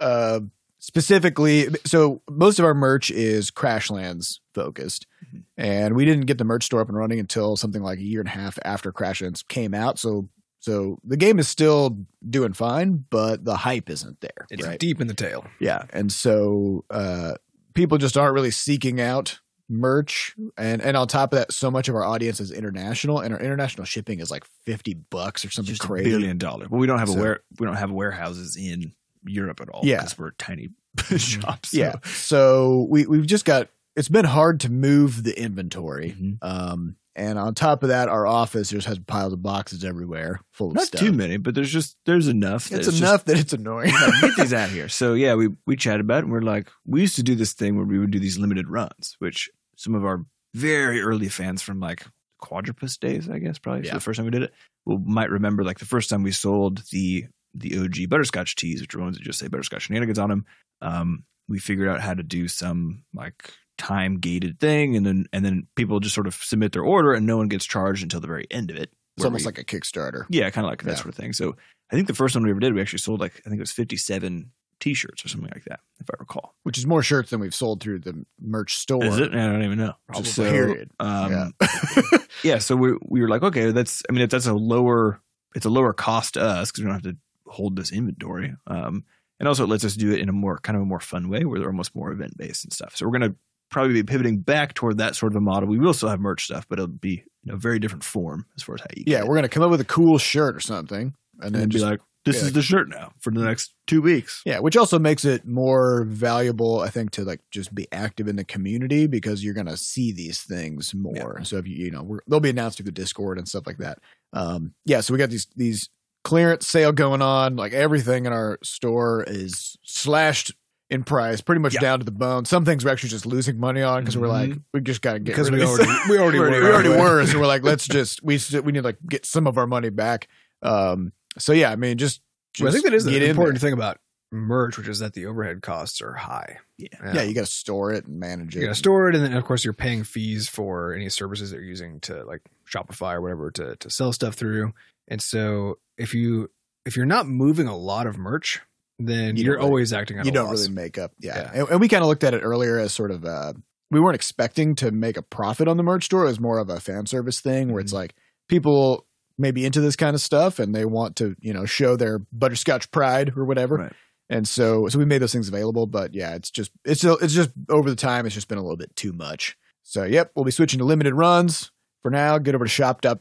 [SPEAKER 1] uh, specifically, so most of our merch is Crashlands focused,
[SPEAKER 2] Mhm.
[SPEAKER 1] and we didn't get the merch store up and running until something like a year and a half after Crashlands came out. So, so the game is still doing fine, but the hype isn't there.
[SPEAKER 3] It's
[SPEAKER 1] right?
[SPEAKER 3] deep in the tail.
[SPEAKER 1] Yeah, and so uh, people just aren't really seeking out merch, and and on top of that, so much of our audience is international, and our international shipping is like fifty bucks or something
[SPEAKER 2] just
[SPEAKER 1] crazy.
[SPEAKER 2] a billion dollar. Well, we don't have
[SPEAKER 1] So-
[SPEAKER 2] a ware we don't have warehouses in Europe at all.
[SPEAKER 1] Yeah.
[SPEAKER 2] because we're tiny shops. so-
[SPEAKER 1] Yeah, so we we've just got it's been hard to move the inventory,
[SPEAKER 2] Mhm.
[SPEAKER 1] um, and on top of that, our office just has piles of boxes everywhere full of
[SPEAKER 2] not
[SPEAKER 1] stuff.
[SPEAKER 2] too many, but there's just there's enough. that
[SPEAKER 1] it's
[SPEAKER 2] just-
[SPEAKER 1] enough that it's annoying.
[SPEAKER 2] like, get these out here. So yeah, we we chatted about it and we're like, we used to do this thing where we would do these limited runs, which some of our very early fans from like quadrupus days, I guess, probably
[SPEAKER 1] Yeah.
[SPEAKER 2] so the first time we did it, will might remember like the first time we sold the the OG butterscotch teas, which are ones that just say butterscotch shenanigans on them. Um, we figured out how to do some like time gated thing, and then and then people just sort of submit their order, and no one gets charged until the very end of it.
[SPEAKER 1] it's
[SPEAKER 2] where
[SPEAKER 1] almost
[SPEAKER 2] we-
[SPEAKER 1] like a Kickstarter.
[SPEAKER 2] yeah, kind of like that
[SPEAKER 1] Yeah.
[SPEAKER 2] sort of thing. So I think the first one we ever did, we actually sold like I think it was fifty-seven t-shirts or something like that, if I recall.
[SPEAKER 1] Which is more shirts than we've sold through the merch store.
[SPEAKER 2] Is it? I don't even know.
[SPEAKER 1] Probably.
[SPEAKER 2] So,
[SPEAKER 1] Period.
[SPEAKER 2] Um,
[SPEAKER 1] Yeah.
[SPEAKER 2] yeah. So we we were like, okay, that's I mean, if that's a lower, it's a lower cost to us because we don't have to hold this inventory. Um, and also it lets us do it in a more kind of a more fun way where they're almost more event based and stuff. So we're gonna probably be pivoting back toward that sort of a model. We will still have merch stuff, but it'll be in a very different form as far as how you
[SPEAKER 1] yeah,
[SPEAKER 2] get it.
[SPEAKER 1] we're gonna come up with a cool shirt or something, and
[SPEAKER 2] and
[SPEAKER 1] then
[SPEAKER 2] then be
[SPEAKER 1] just
[SPEAKER 2] like, this
[SPEAKER 1] yeah,
[SPEAKER 2] is
[SPEAKER 1] like-
[SPEAKER 2] the shirt now for the next two weeks.
[SPEAKER 1] Yeah, which also makes it more valuable, I think, to like just be active in the community because you're gonna see these things more. So if you you know we're, they'll be announced through the Discord and stuff like that. Um, yeah, so we got these these clearance sale going on. Like everything in our store is slashed in price, pretty much
[SPEAKER 2] Yeah.
[SPEAKER 1] down to the bone. Some things we're actually just losing money on because we're like we just gotta get
[SPEAKER 3] Mm-hmm. Because
[SPEAKER 1] rid
[SPEAKER 3] we
[SPEAKER 1] of this.
[SPEAKER 3] already we already
[SPEAKER 1] we
[SPEAKER 3] were.
[SPEAKER 1] already, we already were, so we're like let's just we s- we need to like get some of our money back. Um, so yeah, I mean just.
[SPEAKER 3] Well, I think that is
[SPEAKER 1] get
[SPEAKER 3] the
[SPEAKER 1] in
[SPEAKER 3] important
[SPEAKER 1] there.
[SPEAKER 3] thing about merch, which is that the overhead costs are high.
[SPEAKER 2] Yeah.
[SPEAKER 1] Yeah, you got to store it and manage it.
[SPEAKER 3] you gotta store it, and then of course you're paying fees for any services that you're using to like Shopify or whatever to to sell stuff through. And so if you if you're not moving a lot of merch, then
[SPEAKER 1] You
[SPEAKER 3] you are
[SPEAKER 1] don't really-
[SPEAKER 3] always acting out
[SPEAKER 1] you
[SPEAKER 3] of
[SPEAKER 1] don't
[SPEAKER 3] loss.
[SPEAKER 1] really make up. Yeah.
[SPEAKER 3] Yeah.
[SPEAKER 1] And, and we kind of looked at it earlier as sort of uh we weren't expecting to make a profit on the merch store. It was more of a fan service thing where
[SPEAKER 3] Mm-hmm.
[SPEAKER 1] it's like people may be into this kind of stuff and they want to, you know, show their butterscotch pride or whatever.
[SPEAKER 2] Right.
[SPEAKER 1] And so, so we made those things available, but yeah, it's just, it's, it's just over the time, it's just been a little bit too much. So, yep, we'll be switching to limited runs for now. Get over to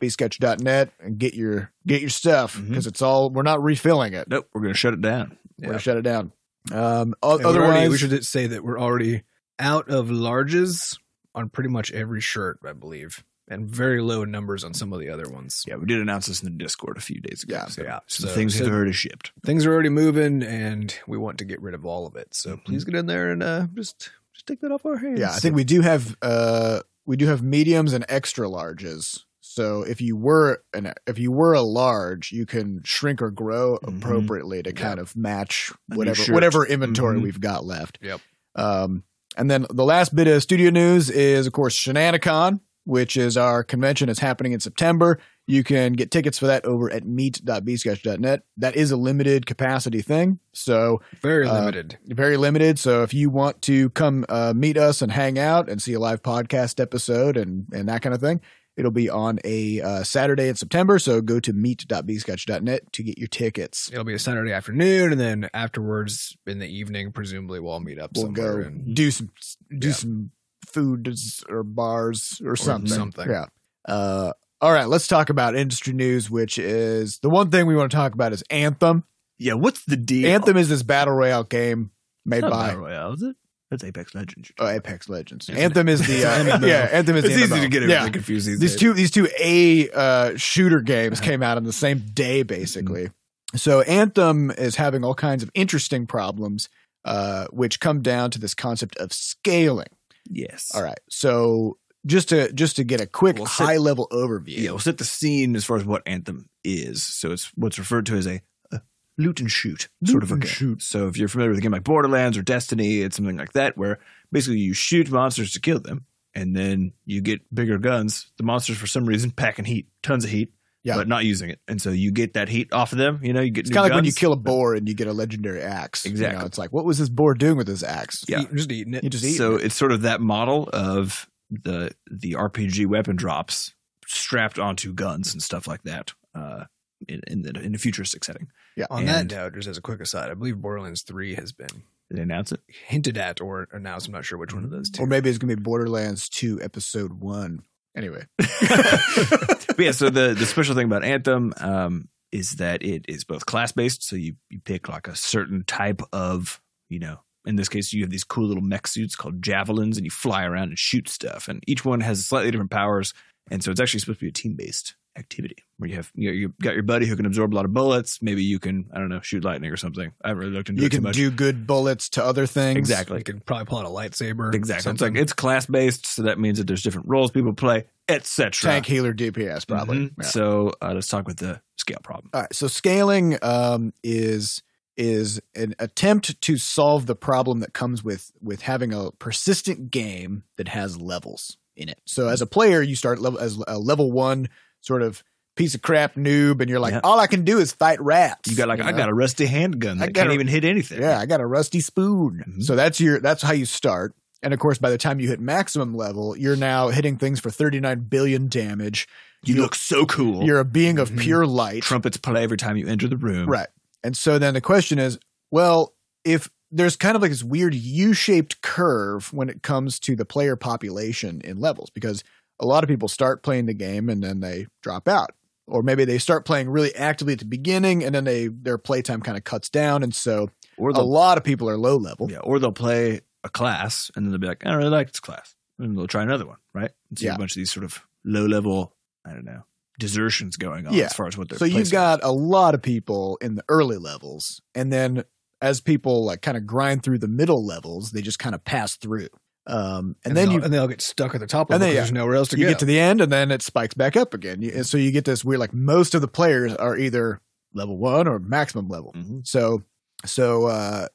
[SPEAKER 1] shop.bsketch.net and get your, get your stuff
[SPEAKER 3] Mm-hmm.
[SPEAKER 2] Mhm.
[SPEAKER 1] because it's all, we're not refilling it.
[SPEAKER 2] Nope, we're gonna shut it down.
[SPEAKER 1] We're going to shut it down. Um, o-
[SPEAKER 3] And we're
[SPEAKER 1] otherwise,
[SPEAKER 3] already- we should say that we're already out of larges on pretty much every shirt, I believe, and very low numbers on some of the other ones.
[SPEAKER 2] Yeah, we did announce this in the Discord a few days ago.
[SPEAKER 1] Yeah.
[SPEAKER 2] so,
[SPEAKER 3] Yeah.
[SPEAKER 2] some
[SPEAKER 3] So-
[SPEAKER 2] things
[SPEAKER 3] so-
[SPEAKER 2] have already shipped.
[SPEAKER 3] Things are already moving, and we want to get rid of all of it. So
[SPEAKER 1] Mm-hmm.
[SPEAKER 2] Mhm.
[SPEAKER 3] please get in there and uh, just just take that off our hands.
[SPEAKER 1] Yeah, I think we do have uh we do have mediums and extra larges. So if you were an if you were a large, you can shrink or grow
[SPEAKER 2] Mhm.
[SPEAKER 1] appropriately to kind of match
[SPEAKER 2] A new
[SPEAKER 1] whatever
[SPEAKER 2] shirt.
[SPEAKER 1] whatever inventory
[SPEAKER 2] Mhm.
[SPEAKER 1] we've got left.
[SPEAKER 3] Yep.
[SPEAKER 1] Um, and then the last bit of studio news is, of course, Shenanicon, which is our convention. It's happening in September. You can get tickets for that over at meet.bscotch.net. That is a limited capacity thing. So
[SPEAKER 3] Very
[SPEAKER 1] Uh,
[SPEAKER 3] limited.
[SPEAKER 1] very limited. So if you want to come uh, meet us and hang out and see a live podcast episode and and that kind of thing, it'll be on a uh, Saturday in September. So go to meet.bscotch.net to get your tickets.
[SPEAKER 3] It'll be a Saturday afternoon, and then afterwards in the evening, presumably we'll all meet up
[SPEAKER 1] We'll
[SPEAKER 3] somewhere.
[SPEAKER 1] go
[SPEAKER 3] and-
[SPEAKER 1] do some do
[SPEAKER 3] Yeah.
[SPEAKER 1] some foods or bars or, something.
[SPEAKER 3] something.
[SPEAKER 1] Yeah. Uh, all right, let's talk about industry news, which is the one thing we want to talk about is Anthem.
[SPEAKER 2] Yeah, what's the deal?
[SPEAKER 1] Anthem is this battle royale game made
[SPEAKER 2] It's not
[SPEAKER 1] by
[SPEAKER 2] Battle Royale, is it? That's Apex Legends.
[SPEAKER 1] Oh, Apex Legends.
[SPEAKER 2] It's
[SPEAKER 1] Anthem is the uh,
[SPEAKER 2] MMO.
[SPEAKER 1] yeah. Anthem is
[SPEAKER 2] It's
[SPEAKER 1] the
[SPEAKER 2] easy
[SPEAKER 1] MMO.
[SPEAKER 2] to get
[SPEAKER 1] yeah.
[SPEAKER 2] everything confused these,
[SPEAKER 1] These
[SPEAKER 2] days.
[SPEAKER 1] two these two A uh, shooter games
[SPEAKER 2] Uh-huh.
[SPEAKER 1] came out on the same day,
[SPEAKER 2] Mm-hmm.
[SPEAKER 1] basically. So Anthem is having all kinds of interesting problems, uh, which come down to this concept of scaling.
[SPEAKER 2] Yes.
[SPEAKER 1] All right, so just to just to get a quick
[SPEAKER 2] Well, sit-
[SPEAKER 1] high level overview.
[SPEAKER 2] Yeah, we'll set the scene as far as what Anthem is. So it's what's referred to as a, a loot and shoot sort of
[SPEAKER 1] Loot
[SPEAKER 2] a
[SPEAKER 1] and
[SPEAKER 2] game. So if you're familiar with a game like Borderlands or Destiny, it's something like that where basically you shoot monsters to kill them, and then you get bigger guns. The monsters, for some reason, packing heat, tons of heat,
[SPEAKER 1] Yeah.
[SPEAKER 2] but not using it, and so you get that heat off of them. You know, you get
[SPEAKER 1] It's
[SPEAKER 2] new
[SPEAKER 1] kind of like when you
[SPEAKER 2] guns.
[SPEAKER 1] kill a boar and you get a legendary axe. You know,
[SPEAKER 2] Exactly.
[SPEAKER 1] it's like, what was this boar doing with his axe?
[SPEAKER 2] Yeah.
[SPEAKER 3] Eat- just eating it.
[SPEAKER 1] You just eat.
[SPEAKER 2] So it's sort of that model of the the RPG weapon drops strapped onto guns and stuff like that uh, in in the, in a futuristic setting.
[SPEAKER 3] On
[SPEAKER 2] and-
[SPEAKER 3] that note, uh, just as a quick aside, I believe Borderlands Three has been
[SPEAKER 2] Did they announce it?
[SPEAKER 3] hinted at or announced. I'm not sure which one of those two.
[SPEAKER 1] or maybe it's gonna be Borderlands Two, Episode One. Anyway,
[SPEAKER 2] but yeah, so the, the special thing about Anthem um, is that it is both class based. So you, you pick like a certain type of, you know, in this case, you have these cool little mech suits called javelins and you fly around and shoot stuff. And each one has slightly different powers. And so it's actually supposed to be a team based activity where you have, you know, you've got your buddy who can absorb a lot of bullets. Maybe you can, I don't know, shoot lightning or something. I haven't really looked into
[SPEAKER 1] you
[SPEAKER 2] it too
[SPEAKER 1] can
[SPEAKER 2] much.
[SPEAKER 1] do good bullets to other things.
[SPEAKER 2] exactly.
[SPEAKER 3] you could probably pull out a lightsaber.
[SPEAKER 2] Exactly. It's
[SPEAKER 3] something.
[SPEAKER 2] like it's class based, so that means that there's different roles people play, etc.
[SPEAKER 1] Tank healer DPS probably.
[SPEAKER 2] Mhm.
[SPEAKER 1] Yeah.
[SPEAKER 2] So uh, let's talk with the scale problem.
[SPEAKER 1] All right. So scaling um, is is an attempt to solve the problem that comes with with having a persistent game that has levels in it. So as a player, you start level as a level one sort of piece of crap noob, and you're like,
[SPEAKER 2] Yeah.
[SPEAKER 1] all I can do is fight rats.
[SPEAKER 2] You got like I
[SPEAKER 1] know?
[SPEAKER 2] got a rusty handgun
[SPEAKER 1] I
[SPEAKER 2] that
[SPEAKER 1] got
[SPEAKER 2] can't
[SPEAKER 1] a-
[SPEAKER 2] even hit anything.
[SPEAKER 1] Yeah, I got a rusty spoon.
[SPEAKER 2] Mhm.
[SPEAKER 1] So that's your that's how you start. And of course, by the time you hit maximum level, you're now hitting things for 39 billion damage.
[SPEAKER 2] you look so cool.
[SPEAKER 1] You're a being of
[SPEAKER 3] Mhm.
[SPEAKER 2] mm-hmm.
[SPEAKER 1] pure light.
[SPEAKER 2] Trumpets play every time you enter the room.
[SPEAKER 1] Right. And so then the question is, well, if there's kind of like this weird U-shaped curve when it comes to the player population in levels, because a lot of people start playing the game and then they drop out. Or maybe they start playing really actively at the beginning and then they their playtime kind of cuts down. And so
[SPEAKER 2] Or
[SPEAKER 1] a
[SPEAKER 2] they'll
[SPEAKER 1] lot of people are low level.
[SPEAKER 2] yeah, or they'll play a class and then they'll be like, I don't really like this class. And they'll try another one, right? And so you have
[SPEAKER 1] Yeah.
[SPEAKER 2] a bunch of these sort of low level, I don't know, desertions going on
[SPEAKER 1] Yeah.
[SPEAKER 2] as far as what they're
[SPEAKER 1] So you've
[SPEAKER 2] placing.
[SPEAKER 1] got a lot of people in the early levels, and then as people like kind of grind through the middle levels, they just kind of pass through. Um, and, then
[SPEAKER 3] they'll-
[SPEAKER 1] you
[SPEAKER 3] and they'll get stuck at the top
[SPEAKER 1] And
[SPEAKER 3] level
[SPEAKER 1] then,
[SPEAKER 3] 'cause
[SPEAKER 1] yeah,
[SPEAKER 3] there's nowhere else to
[SPEAKER 1] you
[SPEAKER 3] go.
[SPEAKER 1] get to the end and then it spikes back up again. You, and so you get this weird like most of the players are either level one or maximum level.
[SPEAKER 3] Mm-hmm.
[SPEAKER 2] Mhm.
[SPEAKER 1] So so uh,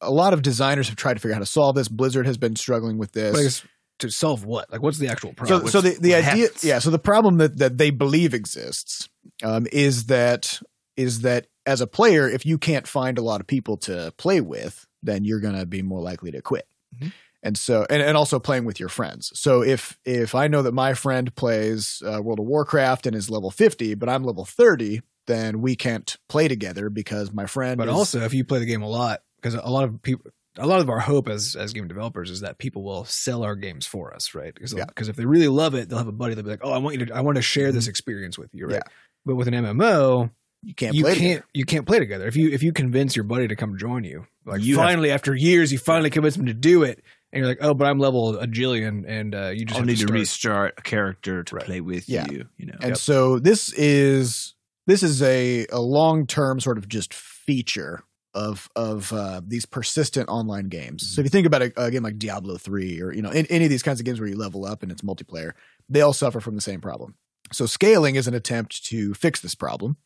[SPEAKER 1] a lot of designers have tried to figure out how to solve this. Blizzard has been struggling with this.
[SPEAKER 3] But I guess to solve what? Like, what's the actual problem?
[SPEAKER 1] So, so the, the
[SPEAKER 2] what
[SPEAKER 1] idea,
[SPEAKER 2] happens.
[SPEAKER 1] yeah. So the problem that that they believe exists um, is that is that as a player, if you can't find a lot of people to play with, then you're gonna be more likely to quit.
[SPEAKER 3] Mm-hmm.
[SPEAKER 2] Mhm.
[SPEAKER 1] And so, and, and also playing with your friends. So if if I know that my friend plays uh, World of Warcraft and is level fifty, but I'm level thirty, then we can't play together because my friend.
[SPEAKER 3] but
[SPEAKER 1] is-
[SPEAKER 3] also, if you play the game a lot, because a lot of people, a lot of our hope as as game developers is that people will sell our games for us, right? Because
[SPEAKER 1] Yeah.
[SPEAKER 3] if they really love it, they'll have a buddy that'll be like, "Oh, I want you to, I want to share this experience with you," right?
[SPEAKER 1] Yeah.
[SPEAKER 3] But with an MMO,
[SPEAKER 1] you can't
[SPEAKER 3] you
[SPEAKER 1] play.
[SPEAKER 3] can't
[SPEAKER 1] together.
[SPEAKER 3] you can't play together. If you if you convince your buddy to come join you, like
[SPEAKER 2] You have-
[SPEAKER 3] finally after years, you finally convince him to do it, and you're like, "Oh, but I'm level a jillion," and uh, you just
[SPEAKER 2] I'll
[SPEAKER 3] have
[SPEAKER 2] need to,
[SPEAKER 3] start.
[SPEAKER 2] restart a character to
[SPEAKER 3] Right.
[SPEAKER 2] play with
[SPEAKER 1] Yeah.
[SPEAKER 2] you, you know.
[SPEAKER 1] And so this is this is a, a long term sort of just feature of of uh, these persistent online games. So if you think about a, a game like Diablo three or you know an- any of these kinds of games where you level up and it's multiplayer, they all suffer from the same problem. So scaling is an attempt to fix this problem.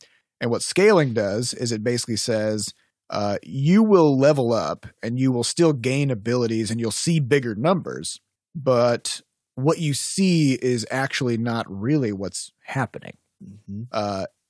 [SPEAKER 1] And what scaling does is it basically says uh, you will level up and you will still gain abilities and you'll see bigger numbers, but what you see is actually not really what's happening.
[SPEAKER 2] Mhm.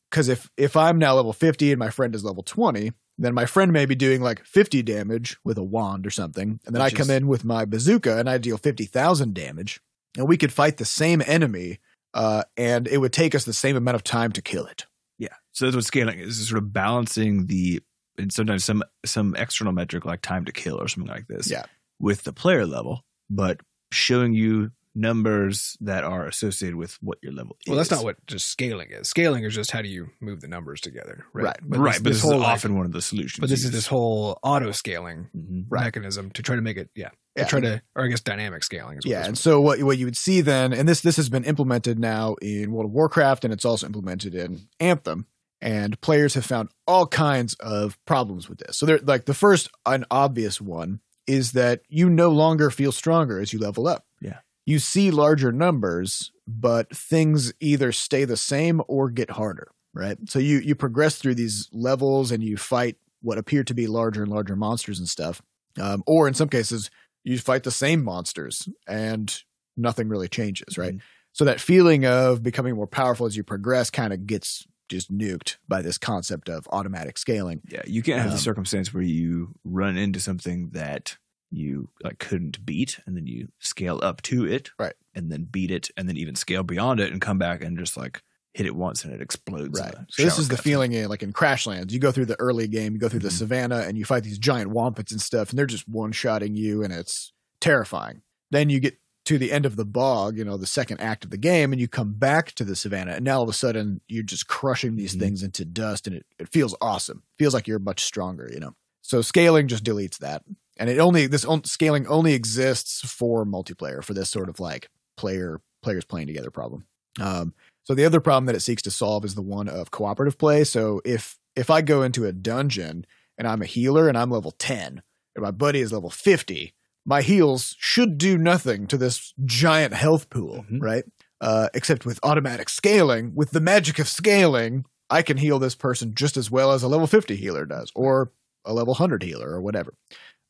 [SPEAKER 1] Because if if I'm now level 50 and my friend is level 20, then my friend may be doing like 50 damage with a wand or something, and then
[SPEAKER 2] Which
[SPEAKER 1] I come
[SPEAKER 2] is-
[SPEAKER 1] in with my bazooka and I deal 50,000 damage, and we could fight the same enemy, uh, and it would take us the same amount of time to kill it.
[SPEAKER 2] Yeah. So that's what scaling is, is sort of balancing the and sometimes some some external metric like time to kill or something like this.
[SPEAKER 1] Yeah.
[SPEAKER 2] With the player level, but showing you numbers that are associated with what your level is.
[SPEAKER 3] Well, that's not what just scaling is. Scaling is just how do you move the numbers together, right?
[SPEAKER 1] Right.
[SPEAKER 2] right, but this, is
[SPEAKER 3] like-
[SPEAKER 2] often one of the solutions.
[SPEAKER 3] but this is
[SPEAKER 2] used.
[SPEAKER 3] this whole auto scaling
[SPEAKER 2] Mhm.
[SPEAKER 1] Right.
[SPEAKER 3] mechanism to try to make it, yeah,
[SPEAKER 1] Yeah.
[SPEAKER 3] to try to, or I guess dynamic scaling. Is what
[SPEAKER 1] Yeah,
[SPEAKER 3] this
[SPEAKER 1] and so what what you would see then, and this this has been implemented now in World of Warcraft, and it's also implemented in Anthem. And players have found all kinds of problems with this. So they're like the first an obvious one is that you no longer feel stronger as you level up.
[SPEAKER 2] Yeah.
[SPEAKER 1] You see larger numbers, but things either stay the same or get harder, right? So you you progress through these levels and you fight what appear to be larger and larger monsters and stuff. Um, or in some cases, you fight the same monsters and nothing really changes, right?
[SPEAKER 2] Mhm.
[SPEAKER 1] So that feeling of becoming more powerful as you progress kind of gets just nuked by this concept of automatic scaling.
[SPEAKER 2] Yeah, you can't have
[SPEAKER 1] Um,
[SPEAKER 2] the circumstance where you run into something that you like couldn't beat, and then you scale up to it,
[SPEAKER 1] Right.
[SPEAKER 2] and then beat it, and then even scale beyond it, and come back and just like hit it once, and it explodes. in
[SPEAKER 1] Right.
[SPEAKER 2] a
[SPEAKER 1] So this
[SPEAKER 2] shower
[SPEAKER 1] is the
[SPEAKER 2] curtain.
[SPEAKER 1] feeling in like in Crashlands. You go through the early game, you go through the
[SPEAKER 2] Mhm.
[SPEAKER 1] savannah, and you fight these giant wampets and stuff, and they're just one shotting you, and it's terrifying. Then you get to the end of the bog, you know, the second act of the game, and you come back to the savannah, and now all of a sudden you're just crushing these
[SPEAKER 2] Mhm.
[SPEAKER 1] things into dust, and it, it feels awesome. feels like you're much stronger, you know. So scaling just deletes that, and it only this on, scaling only exists for multiplayer for this sort of like player players playing together problem. Um, so the other problem that it seeks to solve is the one of cooperative play. So if if I go into a dungeon and I'm a healer and I'm level 10 and my buddy is level 50, my heals should do nothing to this giant health pool,
[SPEAKER 2] Mhm.
[SPEAKER 1] right? Uh, except with automatic scaling, with the magic of scaling, I can heal this person just as well as a level 50 healer does or a level 100 healer or whatever.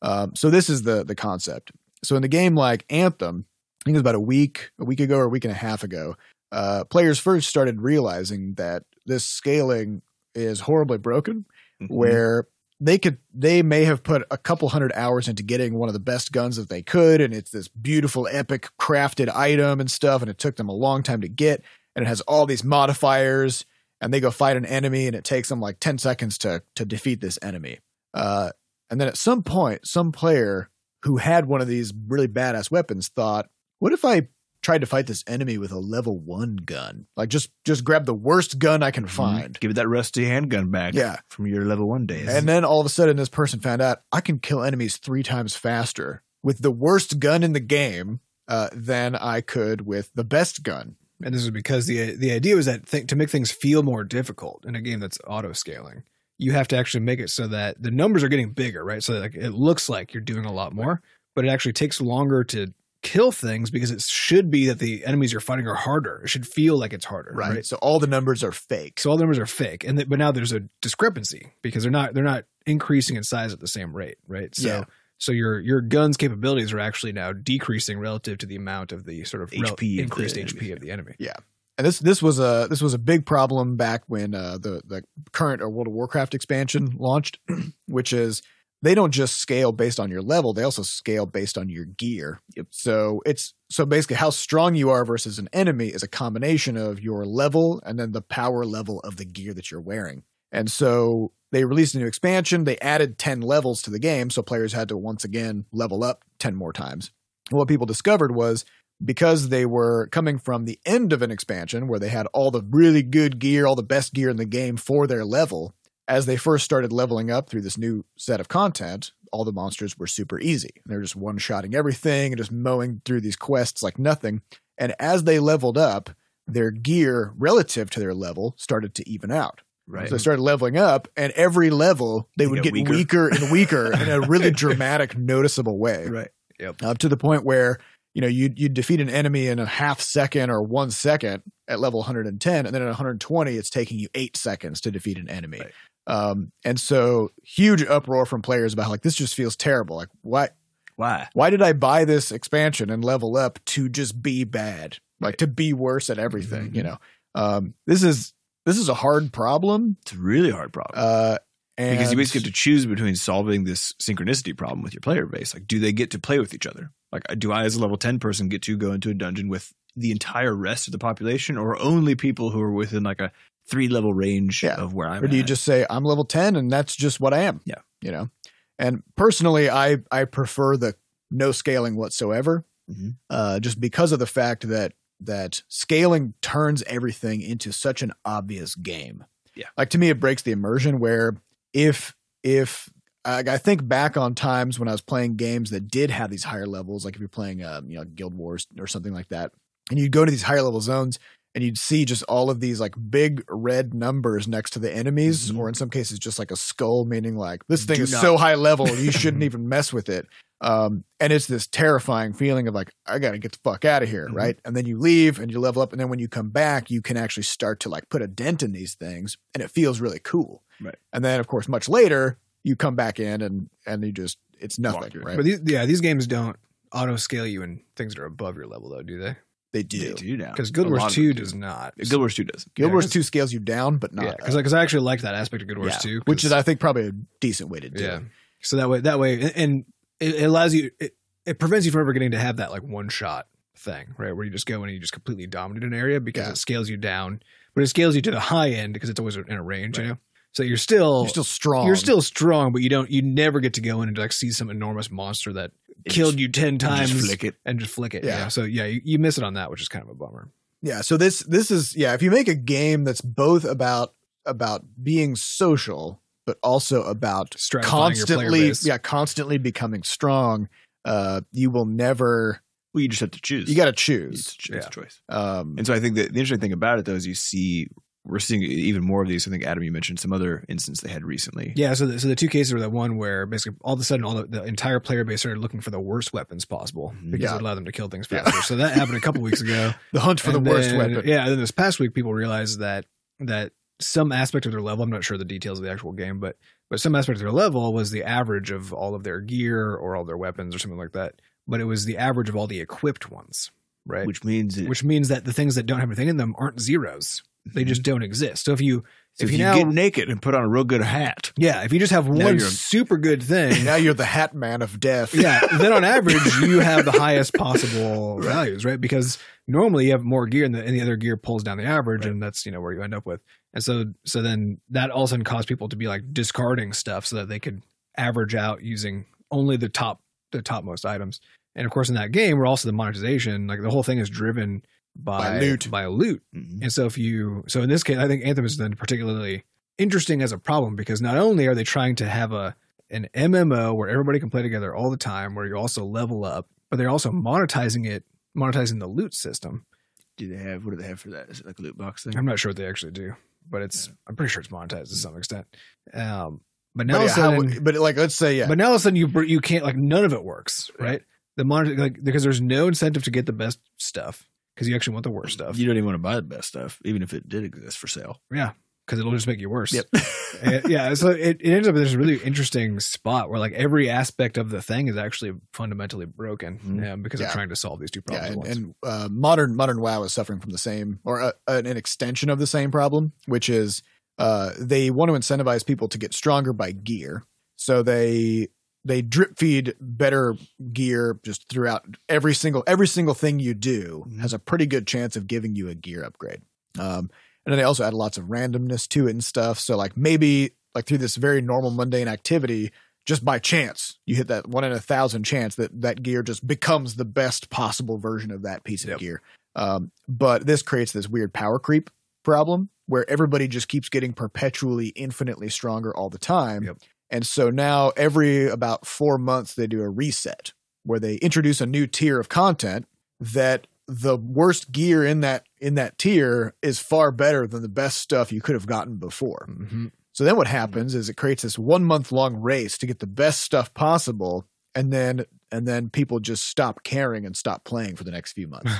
[SPEAKER 1] Um, so this is the the concept. So in the game like Anthem, I think it was about a week, a week ago or a week and a half ago, uh, players first started realizing that this scaling is horribly broken,
[SPEAKER 2] Mhm.
[SPEAKER 1] where they could they may have put a couple hundred hours into getting one of the best guns that they could, and it's this beautiful, epic, crafted item and stuff, and it took them a long time to get, and it has all these modifiers, and they go fight an enemy, and it takes them like ten seconds to to defeat this enemy. Uh, and then at some point, some player who had one of these really badass weapons thought, "What if I tried to fight this enemy with a level one gun. Like just just grab the worst gun I can
[SPEAKER 2] Mhm.
[SPEAKER 1] find.
[SPEAKER 2] Give it that rusty handgun back.
[SPEAKER 1] Yeah.
[SPEAKER 2] from your level one days.
[SPEAKER 1] And then all of a sudden this person found out I can kill enemies three times faster with the worst gun in the game uh, than I could with the best gun.
[SPEAKER 3] And this is because the the idea was that th- to make things feel more difficult in a game that's auto scaling, you have to actually make it so that the numbers are getting bigger, right? So like it looks like you're doing a lot more, but it actually takes longer to kill things because it should be that the enemies you're fighting are harder. It should feel like it's harder, right?
[SPEAKER 1] So all the numbers are fake.
[SPEAKER 3] So all the numbers are fake, and th- but now there's a discrepancy because they're not they're not increasing in size at the same rate, right? So
[SPEAKER 1] Yeah.
[SPEAKER 3] so your your gun's capabilities are actually now decreasing relative to the amount of the sort of rel-
[SPEAKER 2] HP of the
[SPEAKER 3] increased
[SPEAKER 2] enemy.
[SPEAKER 3] HP of the enemy.
[SPEAKER 1] and this this was a this was a big problem back when uh, the the current or World of Warcraft expansion launched, which is they don't just scale based on your level; they also scale based on your gear. So it's so basically how strong you are versus an enemy is a combination of your level and then the power level of the gear that you're wearing. And so they released a new expansion. They added ten levels to the game, so players had to once again level up ten more times. And what people discovered was because they were coming from the end of an expansion where they had all the really good gear, all the best gear in the game for their level, as they first started leveling up through this new set of content, all the monsters were super easy. They were just one shotting everything and just mowing through these quests like nothing. And as they leveled up, their gear relative to their level started to even out.
[SPEAKER 2] right.
[SPEAKER 1] So they started leveling up, and every level they,
[SPEAKER 2] They
[SPEAKER 1] would
[SPEAKER 2] got
[SPEAKER 1] get
[SPEAKER 2] weaker.
[SPEAKER 1] weaker and weaker in a really dramatic, noticeable way
[SPEAKER 2] right.
[SPEAKER 1] up uh, to the point where you know you you defeat an enemy in a half second or one second at level 110, and then at 120, it's taking you eight seconds to defeat an enemy.
[SPEAKER 2] Right.
[SPEAKER 1] Um, and so huge uproar from players about like this just feels terrible. Like why
[SPEAKER 2] Why?
[SPEAKER 1] why did I buy this expansion and level up to just be bad? Like to be worse at everything,
[SPEAKER 2] Mm-hmm.
[SPEAKER 1] you know. Um, this is this is a hard problem.
[SPEAKER 2] It's a really hard problem.
[SPEAKER 1] Uh and
[SPEAKER 2] because you basically have to choose between solving this synchronicity problem with your player base. Like, do they get to play with each other? Like, uh, do I, as a level 10 person, get to go into a dungeon with the entire rest of the population or only people who are within like a three level range
[SPEAKER 1] Yeah.
[SPEAKER 2] of where I'm
[SPEAKER 1] or do you
[SPEAKER 2] at?
[SPEAKER 1] just say I'm level 10 and that's just what I am?
[SPEAKER 2] Yeah.
[SPEAKER 1] You know. And personally I I prefer the no scaling whatsoever.
[SPEAKER 2] Mhm.
[SPEAKER 1] Uh just because of the fact that that scaling turns everything into such an obvious game.
[SPEAKER 2] Yeah.
[SPEAKER 1] Like to me it breaks the immersion where if if like I think back on times when I was playing games that did have these higher levels, like if you're playing um, you know Guild Wars or something like that, and you'd go to these higher level zones and you'd see just all of these like big red numbers next to the enemies,
[SPEAKER 2] Mhm.
[SPEAKER 1] or in some cases just like a skull, meaning like this thing
[SPEAKER 2] Do
[SPEAKER 1] is
[SPEAKER 2] not-
[SPEAKER 1] so high level you shouldn't even mess with it. Um, and it's this terrifying feeling of like I gotta get the fuck out of here,
[SPEAKER 3] Mm-hmm.
[SPEAKER 2] Mhm.
[SPEAKER 1] right? And then you leave and you level up, and then when you come back, you can actually start to like put a dent in these things, and it feels really cool.
[SPEAKER 2] Right.
[SPEAKER 1] And then of course much later you come back in and and you just it's
[SPEAKER 2] Walk
[SPEAKER 1] nothing,
[SPEAKER 2] through.
[SPEAKER 1] right?
[SPEAKER 3] But these, yeah, these games don't auto scale you in things that are above your level, though, do they?
[SPEAKER 1] they do.
[SPEAKER 2] They do now.
[SPEAKER 3] Because Guild
[SPEAKER 2] A lot
[SPEAKER 3] Wars
[SPEAKER 2] of
[SPEAKER 3] Two
[SPEAKER 2] them do.
[SPEAKER 3] does not.
[SPEAKER 2] Guild Wars 2 does.
[SPEAKER 1] Guild
[SPEAKER 3] Yeah,
[SPEAKER 1] Wars
[SPEAKER 3] 'cause-
[SPEAKER 1] Two scales you down, but not
[SPEAKER 3] yeah,
[SPEAKER 1] up.
[SPEAKER 3] because I actually liked that aspect of Guild Wars
[SPEAKER 1] Yeah,
[SPEAKER 3] Two,
[SPEAKER 1] which
[SPEAKER 3] 'cause-
[SPEAKER 1] is I think probably a decent way to do
[SPEAKER 3] yeah.
[SPEAKER 1] it.
[SPEAKER 3] So that way, that way, and- and it it allows you. It, it prevents you from ever getting to have that like one shot thing, right? Where you just go and you just completely dominate an area because
[SPEAKER 1] Yeah.
[SPEAKER 3] it scales you down, but it scales you to the high end because it's always in a range,
[SPEAKER 2] Right.
[SPEAKER 3] you know. So you're still
[SPEAKER 1] You're still strong.
[SPEAKER 3] you're still strong, but you don't you never get to go in and like see some enormous monster that killed you ten times
[SPEAKER 2] Just flick it.
[SPEAKER 3] and just flick it.
[SPEAKER 1] Yeah.
[SPEAKER 3] Yeah. So yeah, you, you miss it on that, which is kind of a bummer.
[SPEAKER 1] yeah. So this this is yeah. If you make a game that's both about about being social, but also about
[SPEAKER 3] Stratifying your player
[SPEAKER 1] constantly
[SPEAKER 3] base.
[SPEAKER 1] yeah constantly becoming strong, uh, you will never.
[SPEAKER 2] Well, you just have to choose.
[SPEAKER 1] You got to
[SPEAKER 2] it's,
[SPEAKER 1] choose.
[SPEAKER 2] it's a
[SPEAKER 3] Yeah.
[SPEAKER 2] choice.
[SPEAKER 1] Um,
[SPEAKER 2] And so I think that the interesting thing about it, though, is you see, we're seeing even more of these. I think, Adam, you mentioned some other instance they had recently.
[SPEAKER 3] Yeah. So the, so the two cases were the one where basically all of a sudden all the, the entire player base started looking for the worst weapons possible
[SPEAKER 2] Mhm.
[SPEAKER 3] because
[SPEAKER 1] Yeah.
[SPEAKER 3] it allowed them to kill things
[SPEAKER 1] Yeah.
[SPEAKER 3] faster. So that happened a couple weeks ago.
[SPEAKER 1] the hunt for
[SPEAKER 3] And
[SPEAKER 1] the worst
[SPEAKER 3] then-
[SPEAKER 1] weapon.
[SPEAKER 3] Yeah. And then this past week, people realized that that some aspect of their level, I'm not sure the details of the actual game, but but some aspect of their level was the average of all of their gear or all their weapons or something like that. But it was the average of all the equipped ones, right?
[SPEAKER 2] Which means it,
[SPEAKER 3] Which means that the things that don't have anything in them aren't zeros. They
[SPEAKER 1] Mm-hmm.
[SPEAKER 3] just don't exist. So if you
[SPEAKER 2] So
[SPEAKER 3] if
[SPEAKER 2] if you,
[SPEAKER 3] you now-
[SPEAKER 2] get naked and put on a real good hat,
[SPEAKER 3] yeah, if you just have
[SPEAKER 2] Now
[SPEAKER 3] one
[SPEAKER 2] you're-
[SPEAKER 3] super good thing,
[SPEAKER 1] Now you're the Hat Man of Death.
[SPEAKER 3] yeah, then on average you have the highest possible values, right? Because normally you have more gear, and the, and the other gear pulls down the average,
[SPEAKER 2] Right.
[SPEAKER 3] and that's you know where you end up with. And so, so then that all of a sudden caused people to be like discarding stuff so that they could average out using only the top, the topmost items. And of course, in that game, we're also the monetization, like the whole thing is driven by,
[SPEAKER 1] By loot.
[SPEAKER 3] by loot.
[SPEAKER 2] mm-hmm.
[SPEAKER 3] And so if you so in this case, I think Anthem is then particularly interesting as a problem because not only are they trying to have a an MMO where everybody can play together all the time, where you also level up, but they're also monetizing it, monetizing the loot system.
[SPEAKER 2] do they have what do they have for that? Is it like a loot box thing?
[SPEAKER 3] I'm not sure what they actually do, but it's I'm pretty sure it's monetized to some extent. Um, but now
[SPEAKER 1] But,
[SPEAKER 3] all
[SPEAKER 1] yeah,
[SPEAKER 3] of a
[SPEAKER 1] how,
[SPEAKER 3] sudden-
[SPEAKER 1] but like let's say yeah.
[SPEAKER 3] but now all of a sudden you br- you can't like none of it works, right? The monitor like because there's no incentive to get the best stuff because you actually want the worst stuff
[SPEAKER 2] You don't even want to buy the best stuff, even if it did exist for sale.
[SPEAKER 3] because it'll just make you worse.
[SPEAKER 2] Yep.
[SPEAKER 3] And- yeah, so it, it ends up in this really interesting spot where like every aspect of the thing is actually fundamentally broken
[SPEAKER 2] Mhm.
[SPEAKER 3] um, because
[SPEAKER 1] Yeah.
[SPEAKER 3] they're trying to solve these two
[SPEAKER 1] yeah, and,
[SPEAKER 3] problems at once.
[SPEAKER 1] and uh, modern modern WoW is suffering from the same, or uh, an an extension of the same problem, which is uh, they want to incentivize people to get stronger by gear, so they they drip feed better gear just throughout every single every single thing you do
[SPEAKER 2] Mhm.
[SPEAKER 1] has a pretty good chance of giving you a gear upgrade. Um, and then they also add lots of randomness to it and stuff. So like maybe like through this very normal mundane activity, just by chance you hit that one in a thousand chance that that gear just becomes the best possible version of that piece of
[SPEAKER 3] Yep.
[SPEAKER 1] gear um, but this creates this weird power creep problem where everybody just keeps getting perpetually infinitely stronger all the time
[SPEAKER 3] Yep.
[SPEAKER 1] and so now every about four months they do a reset where they introduce a new tier of content that the worst gear in that in that tier is far better than the best stuff you could have gotten before
[SPEAKER 3] Mhm.
[SPEAKER 1] so then
[SPEAKER 2] Mm-hmm.
[SPEAKER 1] what happens is it creates this one month long race to get the best stuff possible, and then and then people just stop caring and stop playing for the next few months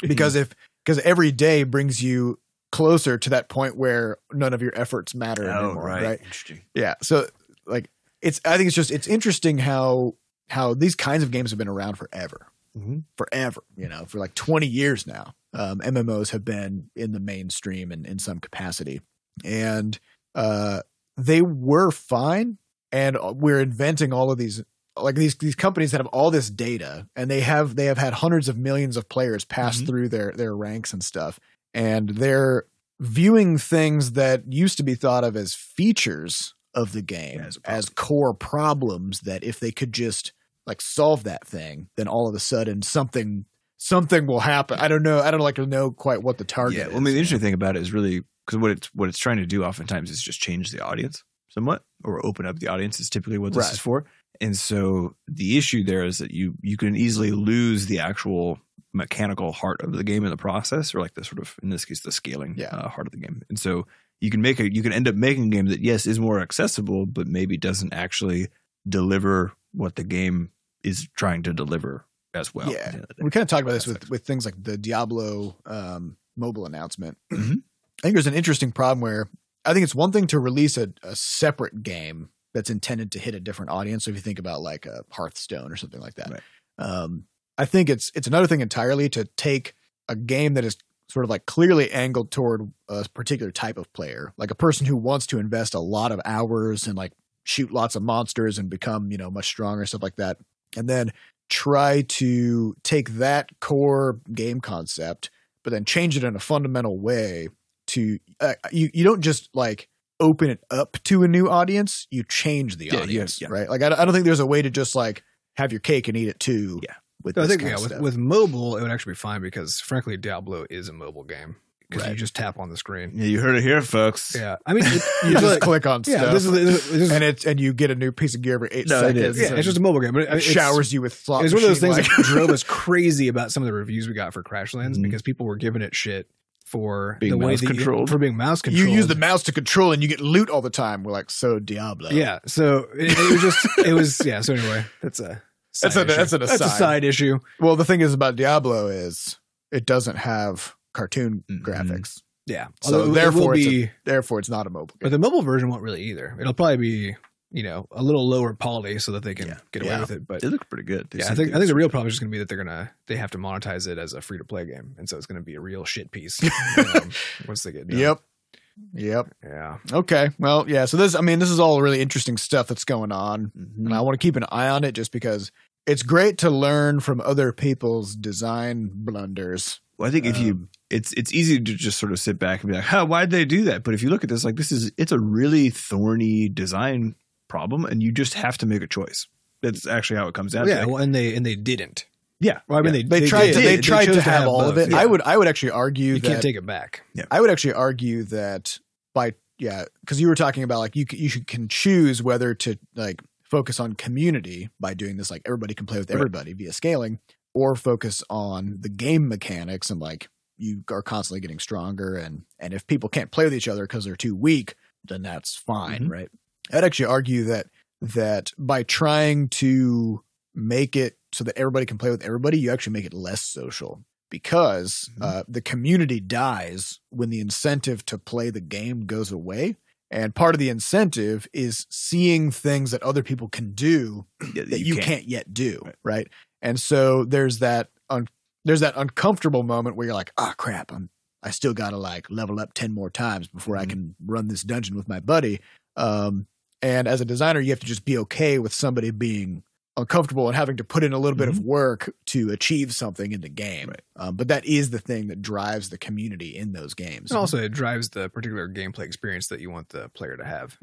[SPEAKER 1] because if because every day brings you closer to that point where none of your efforts matter
[SPEAKER 2] Oh,
[SPEAKER 1] anymore,
[SPEAKER 2] right.
[SPEAKER 1] right?
[SPEAKER 2] Interesting.
[SPEAKER 1] Yeah. So like it's I think it's just it's interesting how how these kinds of games have been around forever.
[SPEAKER 2] Mhm.
[SPEAKER 1] Forever, you know, for like 20 years now. Um, MMOs have been in the mainstream and in some capacity. And uh, they were fine and uh, we're inventing all of these like these these companies that have all this data and they have they have had hundreds of millions of players pass
[SPEAKER 2] Mhm.
[SPEAKER 1] through their their ranks and stuff and they're viewing things that used to be thought of as features of the game
[SPEAKER 2] Yeah, as
[SPEAKER 1] as,
[SPEAKER 2] a problem.
[SPEAKER 1] core problems that if they could just like solve that thing then all of a sudden something something will happen i don't know i don't like to know quite what the target
[SPEAKER 2] Yeah.
[SPEAKER 1] is
[SPEAKER 2] Well, I mean, the interesting thing about it is really because what it's what it's trying to do oftentimes is just change the audience somewhat or open up the audience is typically what this
[SPEAKER 1] Right.
[SPEAKER 2] is for. And so the issue there is that you you can easily lose the actual mechanical heart of the game in the process, or like the sort of in this case the scaling
[SPEAKER 1] Yeah.
[SPEAKER 2] uh, heart of the game. And so you can make a you can end up making a game that yes is more accessible, but maybe doesn't actually deliver what the game is trying to deliver as well.
[SPEAKER 1] Yeah.
[SPEAKER 2] at the end of the day.
[SPEAKER 1] we kind of talked about this with,
[SPEAKER 2] Aspects.
[SPEAKER 1] with things like the Diablo um, mobile announcement.
[SPEAKER 2] Mhm.
[SPEAKER 1] I think there's an interesting problem where I think it's one thing to release a, a separate game that's intended to hit a different audience. So if you think about like a Hearthstone or something like that,
[SPEAKER 2] Right.
[SPEAKER 1] um, I think it's it's another thing entirely to take a game that is sort of like clearly angled toward a particular type of player, like a person who wants to invest a lot of hours and like shoot lots of monsters and become you know much stronger stuff like that, and then try to take that core game concept but then change it in a fundamental way to uh, you you don't just like open it up to a new audience you change the
[SPEAKER 2] Yeah, yeah,
[SPEAKER 1] audience
[SPEAKER 2] yeah.
[SPEAKER 1] right like I, don't- I don't think there's a way to just like have your cake and eat it too
[SPEAKER 2] Yeah.
[SPEAKER 1] with
[SPEAKER 3] No, I
[SPEAKER 1] this
[SPEAKER 3] think
[SPEAKER 1] kind
[SPEAKER 3] yeah,
[SPEAKER 1] of
[SPEAKER 3] with,
[SPEAKER 1] stuff.
[SPEAKER 3] with mobile, it would actually be fine because, frankly, Diablo is a mobile game because you
[SPEAKER 1] Right.
[SPEAKER 3] just tap on the screen.
[SPEAKER 2] Yeah, you heard it here, folks.
[SPEAKER 3] Yeah, I mean, it,
[SPEAKER 1] you
[SPEAKER 3] it's
[SPEAKER 1] just
[SPEAKER 3] like-
[SPEAKER 1] click on
[SPEAKER 3] yeah,
[SPEAKER 1] stuff
[SPEAKER 3] this is, this is-
[SPEAKER 1] and it's and you get a new piece of gear every eight
[SPEAKER 2] No, it
[SPEAKER 1] seconds
[SPEAKER 2] is.
[SPEAKER 3] yeah,
[SPEAKER 1] and
[SPEAKER 3] it's just a mobile game, but it, I mean,
[SPEAKER 1] it
[SPEAKER 3] it's-
[SPEAKER 1] showers you with flop
[SPEAKER 3] It was one of those things
[SPEAKER 1] machine-like-
[SPEAKER 3] that drove us crazy about some of the reviews we got for Crashlands
[SPEAKER 2] Mhm.
[SPEAKER 3] because people were giving it shit for
[SPEAKER 2] Being
[SPEAKER 3] the way
[SPEAKER 2] mouse
[SPEAKER 3] that you-
[SPEAKER 2] controlled.
[SPEAKER 3] for being mouse
[SPEAKER 1] you
[SPEAKER 3] controlled.
[SPEAKER 1] use the mouse to control and you get loot all the time we're like so diablo
[SPEAKER 3] yeah. So it, it was just it was yeah. So anyway, that's a side
[SPEAKER 1] That's an-
[SPEAKER 3] issue.
[SPEAKER 1] that's an
[SPEAKER 3] a
[SPEAKER 1] aside.
[SPEAKER 3] side issue.
[SPEAKER 1] Well, the thing is about Diablo is it doesn't have cartoon
[SPEAKER 3] Mm-hmm.
[SPEAKER 2] Mhm.
[SPEAKER 1] graphics,
[SPEAKER 3] Yeah.
[SPEAKER 1] So
[SPEAKER 3] Although it will
[SPEAKER 1] therefore it's a-
[SPEAKER 3] be
[SPEAKER 1] therefore it's not a mobile
[SPEAKER 3] But
[SPEAKER 1] game.
[SPEAKER 3] the mobile version won't really either. It'll probably be, you know, a little lower poly so that they can
[SPEAKER 2] Yeah.
[SPEAKER 3] get away
[SPEAKER 1] Yeah.
[SPEAKER 3] with it. But
[SPEAKER 2] They look pretty good. They
[SPEAKER 3] yeah, I
[SPEAKER 2] seem
[SPEAKER 3] think
[SPEAKER 2] to-
[SPEAKER 3] I think the real problem is just going to be that they're gonna they have to monetize it as a free to play game, and so it's going to be a real shit piece um, once they get done.
[SPEAKER 1] Yep. Yep.
[SPEAKER 3] Yeah.
[SPEAKER 1] Okay. Well, yeah. So this, I mean, this is all really interesting stuff that's going on,
[SPEAKER 2] Mhm.
[SPEAKER 1] and
[SPEAKER 3] Mm-hmm.
[SPEAKER 1] I want to keep an eye on it just because it's great to learn from other people's design blunders.
[SPEAKER 2] Well, I think if you,
[SPEAKER 1] Um,
[SPEAKER 2] it's it's easy to just sort of sit back and be like, "Huh, why did they do that?" But if you look at this, like this is it's a really thorny design problem, and you just have to make a choice. That's actually how it comes down. to
[SPEAKER 3] yeah.
[SPEAKER 2] it.
[SPEAKER 3] Well, and they and they didn't.
[SPEAKER 2] yeah.
[SPEAKER 3] Well, I mean,
[SPEAKER 2] Yeah.
[SPEAKER 3] they
[SPEAKER 1] they, tried.
[SPEAKER 3] did-
[SPEAKER 1] They,
[SPEAKER 3] they
[SPEAKER 1] tried
[SPEAKER 3] chose
[SPEAKER 1] to have all of
[SPEAKER 3] both.
[SPEAKER 1] it.
[SPEAKER 3] Yeah.
[SPEAKER 1] I would. I would actually argue
[SPEAKER 3] You
[SPEAKER 1] that
[SPEAKER 3] can't take it back.
[SPEAKER 1] I would actually argue that by yeah, because you were talking about like you c- you should can choose whether to like focus on community by doing this like everybody can play with
[SPEAKER 2] Right.
[SPEAKER 1] everybody via scaling, or focus on the game mechanics and like you are constantly getting stronger and and if people can't play with each other because they're too weak, then that's fine,
[SPEAKER 2] Mhm.
[SPEAKER 1] right? I'd actually argue that that by trying to make it so that everybody can play with everybody, you actually make it less social because
[SPEAKER 2] Mhm.
[SPEAKER 1] uh, the community dies when the incentive to play the game goes away. And part of the incentive is seeing things that other people can do
[SPEAKER 2] Yeah,
[SPEAKER 1] that you, can't. yet do,
[SPEAKER 2] Right.
[SPEAKER 1] right? And so there's that un- there's that uncomfortable moment where you're like, "Ah, crap, I'm I still got to like level up 10 more times before I
[SPEAKER 2] Mhm.
[SPEAKER 1] can run this dungeon with my buddy." Um and as a designer, you have to just be okay with somebody being uncomfortable and having to put in a little bit of work to achieve something in the game.
[SPEAKER 2] Mm-hmm. Right.
[SPEAKER 1] Um, but that is the thing that drives the community in those games.
[SPEAKER 3] And also, it drives the particular gameplay experience that you want the player to have.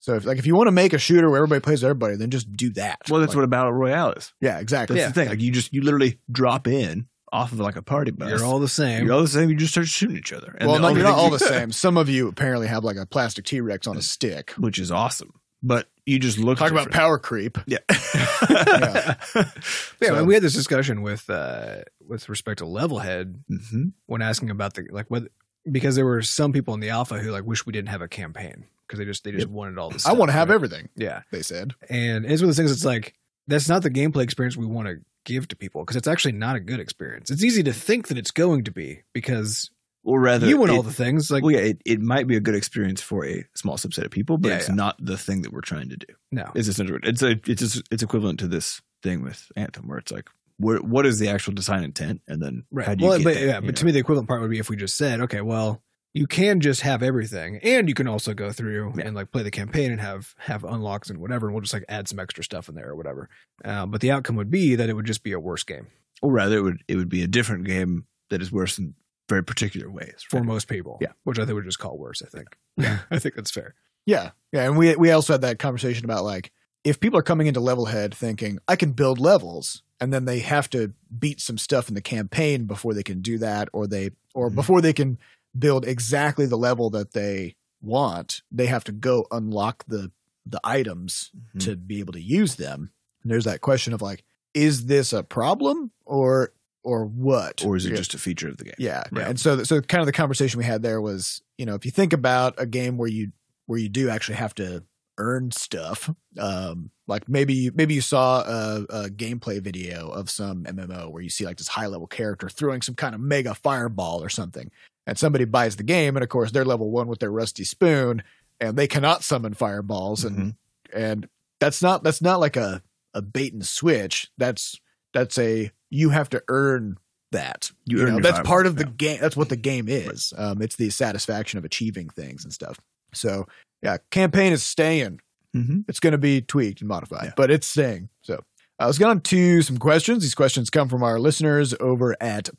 [SPEAKER 1] So if like if you want to make a shooter where everybody plays with everybody, then just do that.
[SPEAKER 2] Well, that's
[SPEAKER 1] Like,
[SPEAKER 2] what a battle royale is.
[SPEAKER 1] Yeah, exactly.
[SPEAKER 2] That's the thing. Like you just you literally drop in off of like a party bus.
[SPEAKER 3] You're all the same.
[SPEAKER 2] you're all the same. You just start shooting each other. And
[SPEAKER 1] well,
[SPEAKER 2] the
[SPEAKER 1] no,
[SPEAKER 2] only
[SPEAKER 1] you're not
[SPEAKER 2] thing
[SPEAKER 1] all
[SPEAKER 2] you-
[SPEAKER 1] the same. Some of you apparently have like a plastic T Rex on a stick.
[SPEAKER 2] which is awesome. But you just look
[SPEAKER 1] Talk about
[SPEAKER 2] different.
[SPEAKER 1] power creep.
[SPEAKER 2] Yeah.
[SPEAKER 1] Yeah.
[SPEAKER 3] Yeah,
[SPEAKER 1] So-
[SPEAKER 3] we had this discussion with uh, with respect to Levelhead
[SPEAKER 2] Mhm.
[SPEAKER 3] when asking about the like whether because there were some people in the alpha who like wish we didn't have a campaign because they just they just wanted all this.
[SPEAKER 1] I want to have everything,
[SPEAKER 3] yeah,
[SPEAKER 1] they said.
[SPEAKER 3] and it's one of those things. It's like that's not the gameplay experience we want to give to people because it's actually not a good experience. It's easy to think that it's going to be because
[SPEAKER 2] or rather,
[SPEAKER 3] you want
[SPEAKER 2] it-
[SPEAKER 3] all the things like
[SPEAKER 2] well, yeah, it, it might be a good experience for a small subset of people, but
[SPEAKER 3] Yeah,
[SPEAKER 2] it's
[SPEAKER 3] yeah.
[SPEAKER 2] not the thing that we're trying to do.
[SPEAKER 3] no.
[SPEAKER 2] It's essentially it's a it's just, it's equivalent to this thing with Anthem, where it's like, what what is the actual design intent, and then how
[SPEAKER 3] Right.
[SPEAKER 2] do you
[SPEAKER 3] Well,
[SPEAKER 2] get
[SPEAKER 3] but
[SPEAKER 2] that,
[SPEAKER 3] yeah,
[SPEAKER 2] you
[SPEAKER 3] but to
[SPEAKER 2] know?
[SPEAKER 3] me, the equivalent part would be if we just said, okay, well, you can just have everything, and you can also go through
[SPEAKER 2] Yeah.
[SPEAKER 3] and like play the campaign and have have unlocks and whatever, and we'll just like add some extra stuff in there or whatever. Um, but the outcome would be that it would just be a worse game
[SPEAKER 2] or rather, it would it would be a different game that is worse in very particular ways.
[SPEAKER 3] for
[SPEAKER 2] right?
[SPEAKER 3] most people.
[SPEAKER 2] Yeah.
[SPEAKER 3] which I think would just call worse. I think. I think that's fair.
[SPEAKER 1] Yeah, yeah, and we we also had that conversation about like if people are coming into Level Head thinking I can build levels, and then they have to beat some stuff in the campaign before they can do that, or they or
[SPEAKER 2] Mhm.
[SPEAKER 1] before they can build exactly the level that they want, they have to go unlock the the items
[SPEAKER 2] Mhm.
[SPEAKER 1] to be able to use them. And there's that question of like, is this a problem or or what?
[SPEAKER 2] or is it
[SPEAKER 1] Yeah.
[SPEAKER 2] just a feature of the game?
[SPEAKER 1] Yeah,
[SPEAKER 2] Right.
[SPEAKER 1] and so so kind of the conversation we had there was you know if you think about a game where you where you do actually have to earn stuff, um, like maybe you, maybe you saw a, a gameplay video of some MMO where you see like this high level character throwing some kind of mega fireball or something, and somebody buys the game, and of course they're level one with their rusty spoon, and they cannot summon fireballs, and
[SPEAKER 2] Mm-hmm.
[SPEAKER 1] and that's not that's not like a a bait and switch. That's that's a you have to earn that
[SPEAKER 2] You
[SPEAKER 1] you
[SPEAKER 2] earn
[SPEAKER 1] know,
[SPEAKER 2] your
[SPEAKER 1] that's
[SPEAKER 2] fireball,
[SPEAKER 1] part of the
[SPEAKER 2] yeah.
[SPEAKER 1] game. That's what the game is. Um, it's the satisfaction of achieving things and stuff. So yeah, campaign is staying.
[SPEAKER 2] Mm-hmm.
[SPEAKER 1] It's going to be tweaked and modified,
[SPEAKER 2] Yeah.
[SPEAKER 1] but it's staying. So uh, let's get on to some questions. These questions come from our listeners over at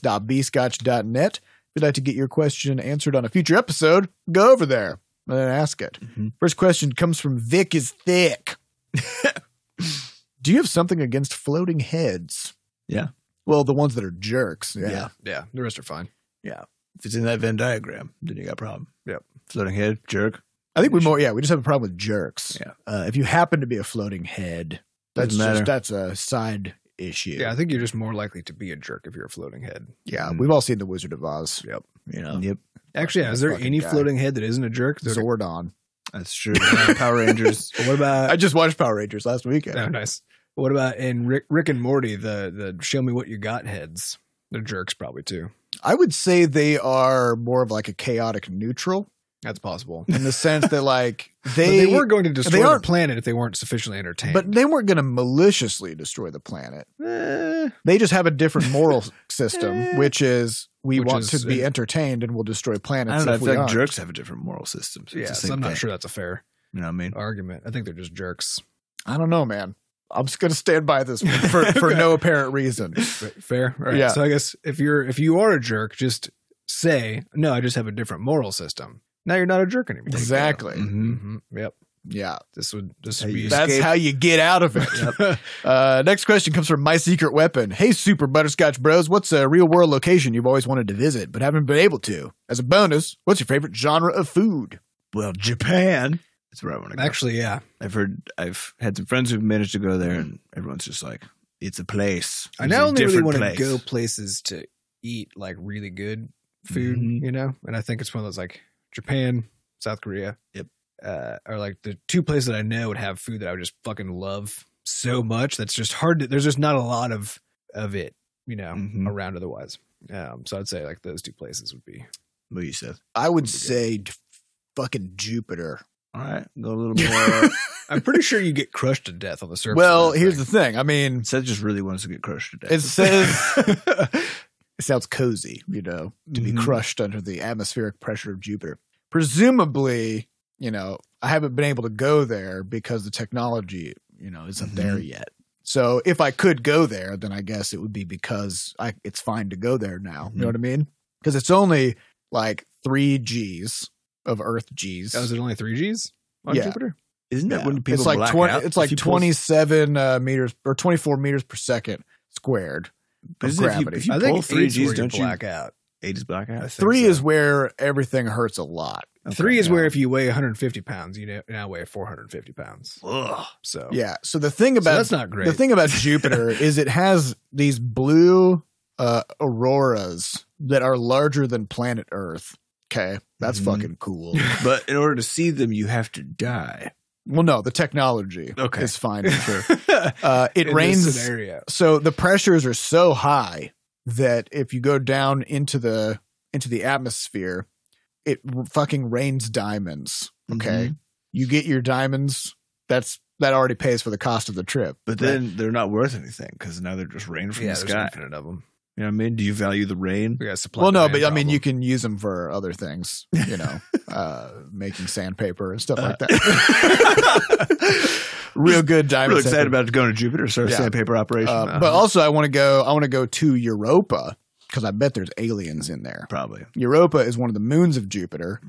[SPEAKER 1] podcast.bscotch.net. If you'd like to get your question answered on a future episode, go over there and ask it.
[SPEAKER 2] Mhm.
[SPEAKER 1] First question comes from Vic is thick. Do you have something against floating heads?
[SPEAKER 2] Yeah.
[SPEAKER 1] Well, the ones that are jerks. yeah.
[SPEAKER 3] yeah. The rest are fine.
[SPEAKER 2] If it's in that Venn diagram, then you got a problem.
[SPEAKER 3] Yep.
[SPEAKER 2] Floating head, jerk.
[SPEAKER 1] I think we more yeah we just have a problem with jerks.
[SPEAKER 2] Yeah.
[SPEAKER 1] Uh, if you happen to be a floating head, that's
[SPEAKER 2] Doesn't matter.
[SPEAKER 1] just, that's a side issue.
[SPEAKER 3] Yeah, I think you're just more likely to be a jerk if you're a floating head.
[SPEAKER 1] Yeah,
[SPEAKER 2] Mm.
[SPEAKER 1] We've all seen the Wizard of Oz.
[SPEAKER 3] Yep.
[SPEAKER 1] You know,
[SPEAKER 2] Yep.
[SPEAKER 3] Actually, yeah, is there
[SPEAKER 1] Fucking
[SPEAKER 3] any
[SPEAKER 1] guy.
[SPEAKER 3] floating head that isn't a jerk? There's a-
[SPEAKER 1] Zordon.
[SPEAKER 2] That's true. Power Rangers.
[SPEAKER 3] what about
[SPEAKER 1] I just watched Power Rangers last weekend.
[SPEAKER 3] Oh, nice. What about in Rick, Rick and Morty, the the show me what you got heads? They're jerks probably too.
[SPEAKER 1] I would say they are more of like a chaotic neutral
[SPEAKER 3] That's possible.
[SPEAKER 1] in the sense that like
[SPEAKER 3] But
[SPEAKER 1] they,
[SPEAKER 3] they, were going to destroy the
[SPEAKER 1] aren't-
[SPEAKER 3] planet if they weren't sufficiently entertained.
[SPEAKER 1] but they weren't going to maliciously destroy the planet.
[SPEAKER 2] Eh,
[SPEAKER 1] They just have a different moral
[SPEAKER 3] Eh.
[SPEAKER 1] system, which is we
[SPEAKER 3] Which
[SPEAKER 1] want
[SPEAKER 3] is-
[SPEAKER 1] to be entertained and we'll destroy planets.
[SPEAKER 2] I don't know. I
[SPEAKER 1] if
[SPEAKER 2] feel
[SPEAKER 1] we
[SPEAKER 2] like
[SPEAKER 1] aren't.
[SPEAKER 2] jerks have a different moral system. So it's
[SPEAKER 3] yeah,
[SPEAKER 2] the
[SPEAKER 3] so
[SPEAKER 2] same
[SPEAKER 3] I'm
[SPEAKER 2] thing.
[SPEAKER 3] not sure that's a fair
[SPEAKER 2] You know what I mean?
[SPEAKER 3] argument. I think they're just jerks.
[SPEAKER 1] I don't know, man. I'm just gonna stand by this one for, for no apparent reason.
[SPEAKER 3] Right, Fair. All right.
[SPEAKER 1] Yeah.
[SPEAKER 3] So I guess if you're if you are a jerk, just say no. I just have a different moral system. Now you're not a jerk anymore.
[SPEAKER 1] Exactly.
[SPEAKER 2] Mhm.
[SPEAKER 3] hmm Yep.
[SPEAKER 1] Yeah,
[SPEAKER 3] This would this
[SPEAKER 2] Hey,
[SPEAKER 3] would be
[SPEAKER 2] you
[SPEAKER 1] that's
[SPEAKER 2] escape.
[SPEAKER 1] how you get out of it. Uh, next question comes from My Secret Weapon. Hey, Super Butterscotch Bros, what's a real world location you've always wanted to visit but haven't been able to? As a bonus, what's your favorite genre of food?
[SPEAKER 2] Well, Japan. That's where I want to go.
[SPEAKER 3] actually yeah.
[SPEAKER 2] I've heard, I've had some friends who've managed to go there, and everyone's just like, it's a place.
[SPEAKER 3] I
[SPEAKER 2] It's
[SPEAKER 3] now
[SPEAKER 2] a
[SPEAKER 3] only really
[SPEAKER 2] different
[SPEAKER 3] want
[SPEAKER 2] place.
[SPEAKER 3] to go places to eat like really good food,
[SPEAKER 2] Mhm.
[SPEAKER 3] you know. And I think it's one of those like Japan, South Korea,
[SPEAKER 2] Yep.
[SPEAKER 3] uh, are like the two places that I know would have food that I would just fucking love so much. That's just hard to. There's just not a lot of of it, you know,
[SPEAKER 2] Mhm.
[SPEAKER 3] around otherwise. Um, so I'd say like those two places would be.
[SPEAKER 2] What you said.
[SPEAKER 1] I would
[SPEAKER 3] Pretty good.
[SPEAKER 1] say j- fucking Jupiter.
[SPEAKER 2] All right. Go a little more.
[SPEAKER 3] I'm pretty sure you get crushed to death on the surface.
[SPEAKER 1] Well, here's the thing. I mean,
[SPEAKER 2] Seth just really wants to get crushed today.
[SPEAKER 1] it says it sounds cozy, you know, to be
[SPEAKER 2] Mhm.
[SPEAKER 1] crushed under the atmospheric pressure of Jupiter. Presumably, you know, I haven't been able to go there because the technology, you know, isn't there yet. So if I could go there, then I guess it would be because I, it's fine to go there now. You know
[SPEAKER 2] Mhm.
[SPEAKER 1] what I mean? Because it's only like three G's of Earth G's.
[SPEAKER 3] Oh, is it only three G's on
[SPEAKER 1] Yeah.
[SPEAKER 3] Jupiter?
[SPEAKER 2] Isn't that
[SPEAKER 1] Yeah.
[SPEAKER 2] when people
[SPEAKER 1] it's like
[SPEAKER 2] black
[SPEAKER 1] twenty.
[SPEAKER 2] out?
[SPEAKER 1] It's
[SPEAKER 2] If
[SPEAKER 1] like
[SPEAKER 2] you pull-
[SPEAKER 1] twenty-seven uh, meters or twenty-four meters per second squared. of
[SPEAKER 2] but Oh, isn't it if you-
[SPEAKER 1] gravity.
[SPEAKER 2] If you,
[SPEAKER 3] I think
[SPEAKER 2] pull three
[SPEAKER 3] eight's where
[SPEAKER 2] G's,
[SPEAKER 3] you
[SPEAKER 2] don't
[SPEAKER 3] black
[SPEAKER 2] you?
[SPEAKER 3] out.
[SPEAKER 2] Eight is black
[SPEAKER 3] I
[SPEAKER 2] out.
[SPEAKER 3] think
[SPEAKER 1] Three
[SPEAKER 3] so.
[SPEAKER 1] is where everything hurts a lot.
[SPEAKER 2] Okay.
[SPEAKER 3] Three is
[SPEAKER 1] yeah.
[SPEAKER 3] where if you weigh 150 pounds, you now- now weigh 450 pounds.
[SPEAKER 2] Ugh.
[SPEAKER 3] So
[SPEAKER 1] Yeah. So the thing
[SPEAKER 3] So
[SPEAKER 1] about
[SPEAKER 3] that's not great.
[SPEAKER 1] the thing about Jupiter is it has these blue uh, auroras that are larger than planet Earth. Okay, that's
[SPEAKER 2] Mhm.
[SPEAKER 1] fucking cool.
[SPEAKER 2] But in order to see them, you have to die.
[SPEAKER 1] well, no, the technology
[SPEAKER 2] Okay.
[SPEAKER 1] is fine. Sure.
[SPEAKER 3] it
[SPEAKER 1] Uh, it rains.
[SPEAKER 3] scenario.
[SPEAKER 1] So the pressures are so high that if you go down into the into the atmosphere, it r- fucking rains diamonds. Okay.
[SPEAKER 2] Mm-hmm.
[SPEAKER 1] You get your diamonds. That's that already pays for the cost of the trip.
[SPEAKER 2] But then they're not worth anything because now they're just rain from
[SPEAKER 3] yeah,
[SPEAKER 2] the
[SPEAKER 3] there's
[SPEAKER 2] sky.
[SPEAKER 3] infinite of them.
[SPEAKER 2] You know what I mean? Do you value the rain?
[SPEAKER 3] We got a supply.
[SPEAKER 1] Well, no,
[SPEAKER 3] and
[SPEAKER 1] but
[SPEAKER 3] demand
[SPEAKER 1] I mean, you
[SPEAKER 3] problem.
[SPEAKER 1] can use them for other things, you know, uh, making sandpaper and stuff like that.
[SPEAKER 2] Real
[SPEAKER 1] Real good diamond.
[SPEAKER 2] Real excited
[SPEAKER 1] sandpaper.
[SPEAKER 2] about going to Jupiter, so
[SPEAKER 1] Yeah.
[SPEAKER 2] sandpaper operation.
[SPEAKER 1] Uh,
[SPEAKER 2] Uh-huh.
[SPEAKER 1] But also, I want to go. I want to go to Europa because I bet there's aliens in there.
[SPEAKER 2] probably. Hmm.
[SPEAKER 1] Europa is one of the moons of Jupiter.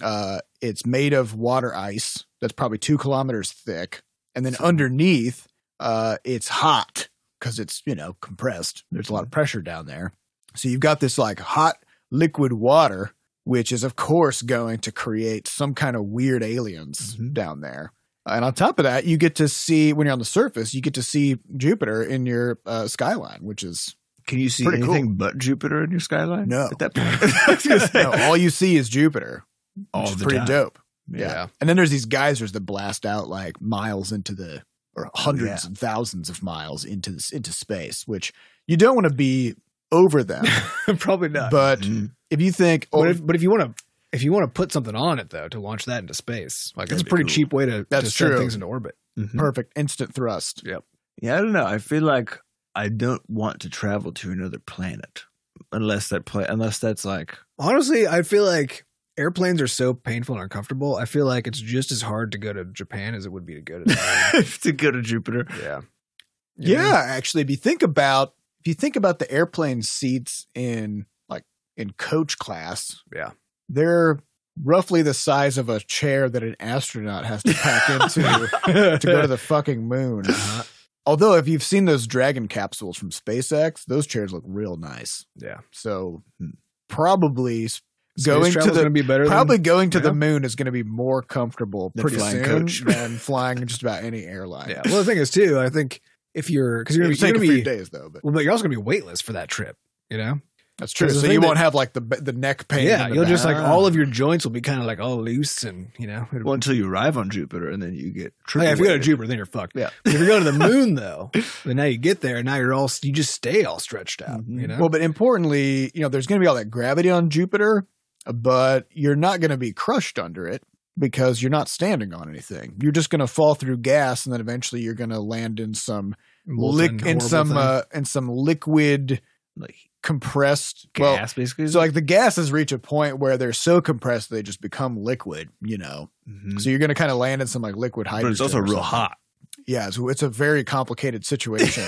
[SPEAKER 1] Uh, it's made of water ice that's probably two kilometers thick, and then underneath, uh, it's hot because it's you know compressed. There's a lot of pressure down there, so you've got this like hot liquid water, which is of course going to create some kind of weird aliens
[SPEAKER 2] Mhm.
[SPEAKER 1] down there. And on top of that, you get to see when you're on the surface, you get to see Jupiter in your uh, skyline, which is
[SPEAKER 2] Can you see
[SPEAKER 1] Pretty cool.
[SPEAKER 2] anything but Jupiter in your skyline?
[SPEAKER 1] No.
[SPEAKER 2] At that point, I was gonna say,
[SPEAKER 1] no, all you see is Jupiter,
[SPEAKER 2] all
[SPEAKER 1] which is
[SPEAKER 2] the
[SPEAKER 1] pretty
[SPEAKER 2] time.
[SPEAKER 1] dope.
[SPEAKER 2] Yeah.
[SPEAKER 1] Yeah. And then there's these geysers that blast out like miles into the or hundreds and thousands of miles into this into space, which you don't want to be over them.
[SPEAKER 3] probably not. But,
[SPEAKER 1] but
[SPEAKER 2] Mhm.
[SPEAKER 1] if you think, oh,
[SPEAKER 3] if, but if you want to, if you want to put something on it though, to launch that into space, like it's
[SPEAKER 2] That'd
[SPEAKER 3] a
[SPEAKER 2] be
[SPEAKER 3] pretty
[SPEAKER 2] cool.
[SPEAKER 3] cheap way to,
[SPEAKER 1] That's
[SPEAKER 3] to send
[SPEAKER 1] true.
[SPEAKER 3] things into orbit.
[SPEAKER 2] Mhm.
[SPEAKER 1] perfect instant thrust.
[SPEAKER 2] Yeah, I don't know. I feel like I don't want to travel to another planet unless that pla- unless that's like
[SPEAKER 3] Honestly, I feel like airplanes are so painful and uncomfortable. I feel like it's just as hard to go to Japan as it would be to go to. Thailand.
[SPEAKER 2] to go to Jupiter.
[SPEAKER 3] yeah.
[SPEAKER 1] Yeah, actually, if you think about if you think about the airplane seats in like in coach class,
[SPEAKER 3] Yeah.
[SPEAKER 1] they're roughly the size of a chair that an astronaut has to pack into
[SPEAKER 3] to
[SPEAKER 1] to go to the fucking moon.
[SPEAKER 3] Uh-huh.
[SPEAKER 1] Although, if you've seen those Dragon capsules from SpaceX, those chairs look real nice.
[SPEAKER 3] Yeah.
[SPEAKER 1] So
[SPEAKER 2] Hmm.
[SPEAKER 1] probably s- going to
[SPEAKER 3] going to
[SPEAKER 1] the
[SPEAKER 3] be better.
[SPEAKER 1] probably going to the
[SPEAKER 3] yeah.
[SPEAKER 1] moon is going to be more comfortable
[SPEAKER 2] Than
[SPEAKER 1] pretty soon
[SPEAKER 2] flying coach.
[SPEAKER 1] than flying just about any airline.
[SPEAKER 3] Than, yeah. Well, the thing is too, I think if you're because you're
[SPEAKER 1] It'll
[SPEAKER 3] going
[SPEAKER 1] take
[SPEAKER 3] to
[SPEAKER 1] a
[SPEAKER 3] be
[SPEAKER 1] few days though, but
[SPEAKER 3] well, but you're also going to be weightless for that trip. You know.
[SPEAKER 1] that's true.
[SPEAKER 3] Because the
[SPEAKER 1] So
[SPEAKER 3] thing
[SPEAKER 1] you
[SPEAKER 3] that-
[SPEAKER 1] won't have like the b- the neck pain.
[SPEAKER 3] yeah,
[SPEAKER 1] and the
[SPEAKER 3] you'll just
[SPEAKER 1] back.
[SPEAKER 3] like all of your joints will be kind of like all loose and you know. it'll-
[SPEAKER 2] Well, until you arrive on Jupiter and then you get
[SPEAKER 3] Oh, yeah, if you go to
[SPEAKER 2] tripulated.
[SPEAKER 3] Jupiter, then you're fucked.
[SPEAKER 2] Yeah.
[SPEAKER 3] But if you go to the moon, though, then now you get there, and now you're all you just stay all stretched out.
[SPEAKER 2] Mhm.
[SPEAKER 3] You know.
[SPEAKER 1] Mm-hmm. Well, but importantly, you know, there's going to be all that gravity on Jupiter, but you're not going to be crushed under it because you're not standing on anything. You're just going to fall through gas, and then eventually you're going to land in some
[SPEAKER 3] Molten,
[SPEAKER 1] lick in
[SPEAKER 3] horrible
[SPEAKER 1] some
[SPEAKER 3] thing.
[SPEAKER 1] uh, in some liquid
[SPEAKER 2] like
[SPEAKER 1] compressed Well,
[SPEAKER 2] gas, basically.
[SPEAKER 1] so like the gases reach a point where they're so compressed they just become liquid. You know,
[SPEAKER 3] Mm.
[SPEAKER 2] Mhm.
[SPEAKER 1] so you're going to kind of land in some like liquid hydrogen.
[SPEAKER 2] but it's also
[SPEAKER 1] or
[SPEAKER 2] real
[SPEAKER 1] something.
[SPEAKER 2] hot.
[SPEAKER 1] Yeah, it's, it's a very complicated situation.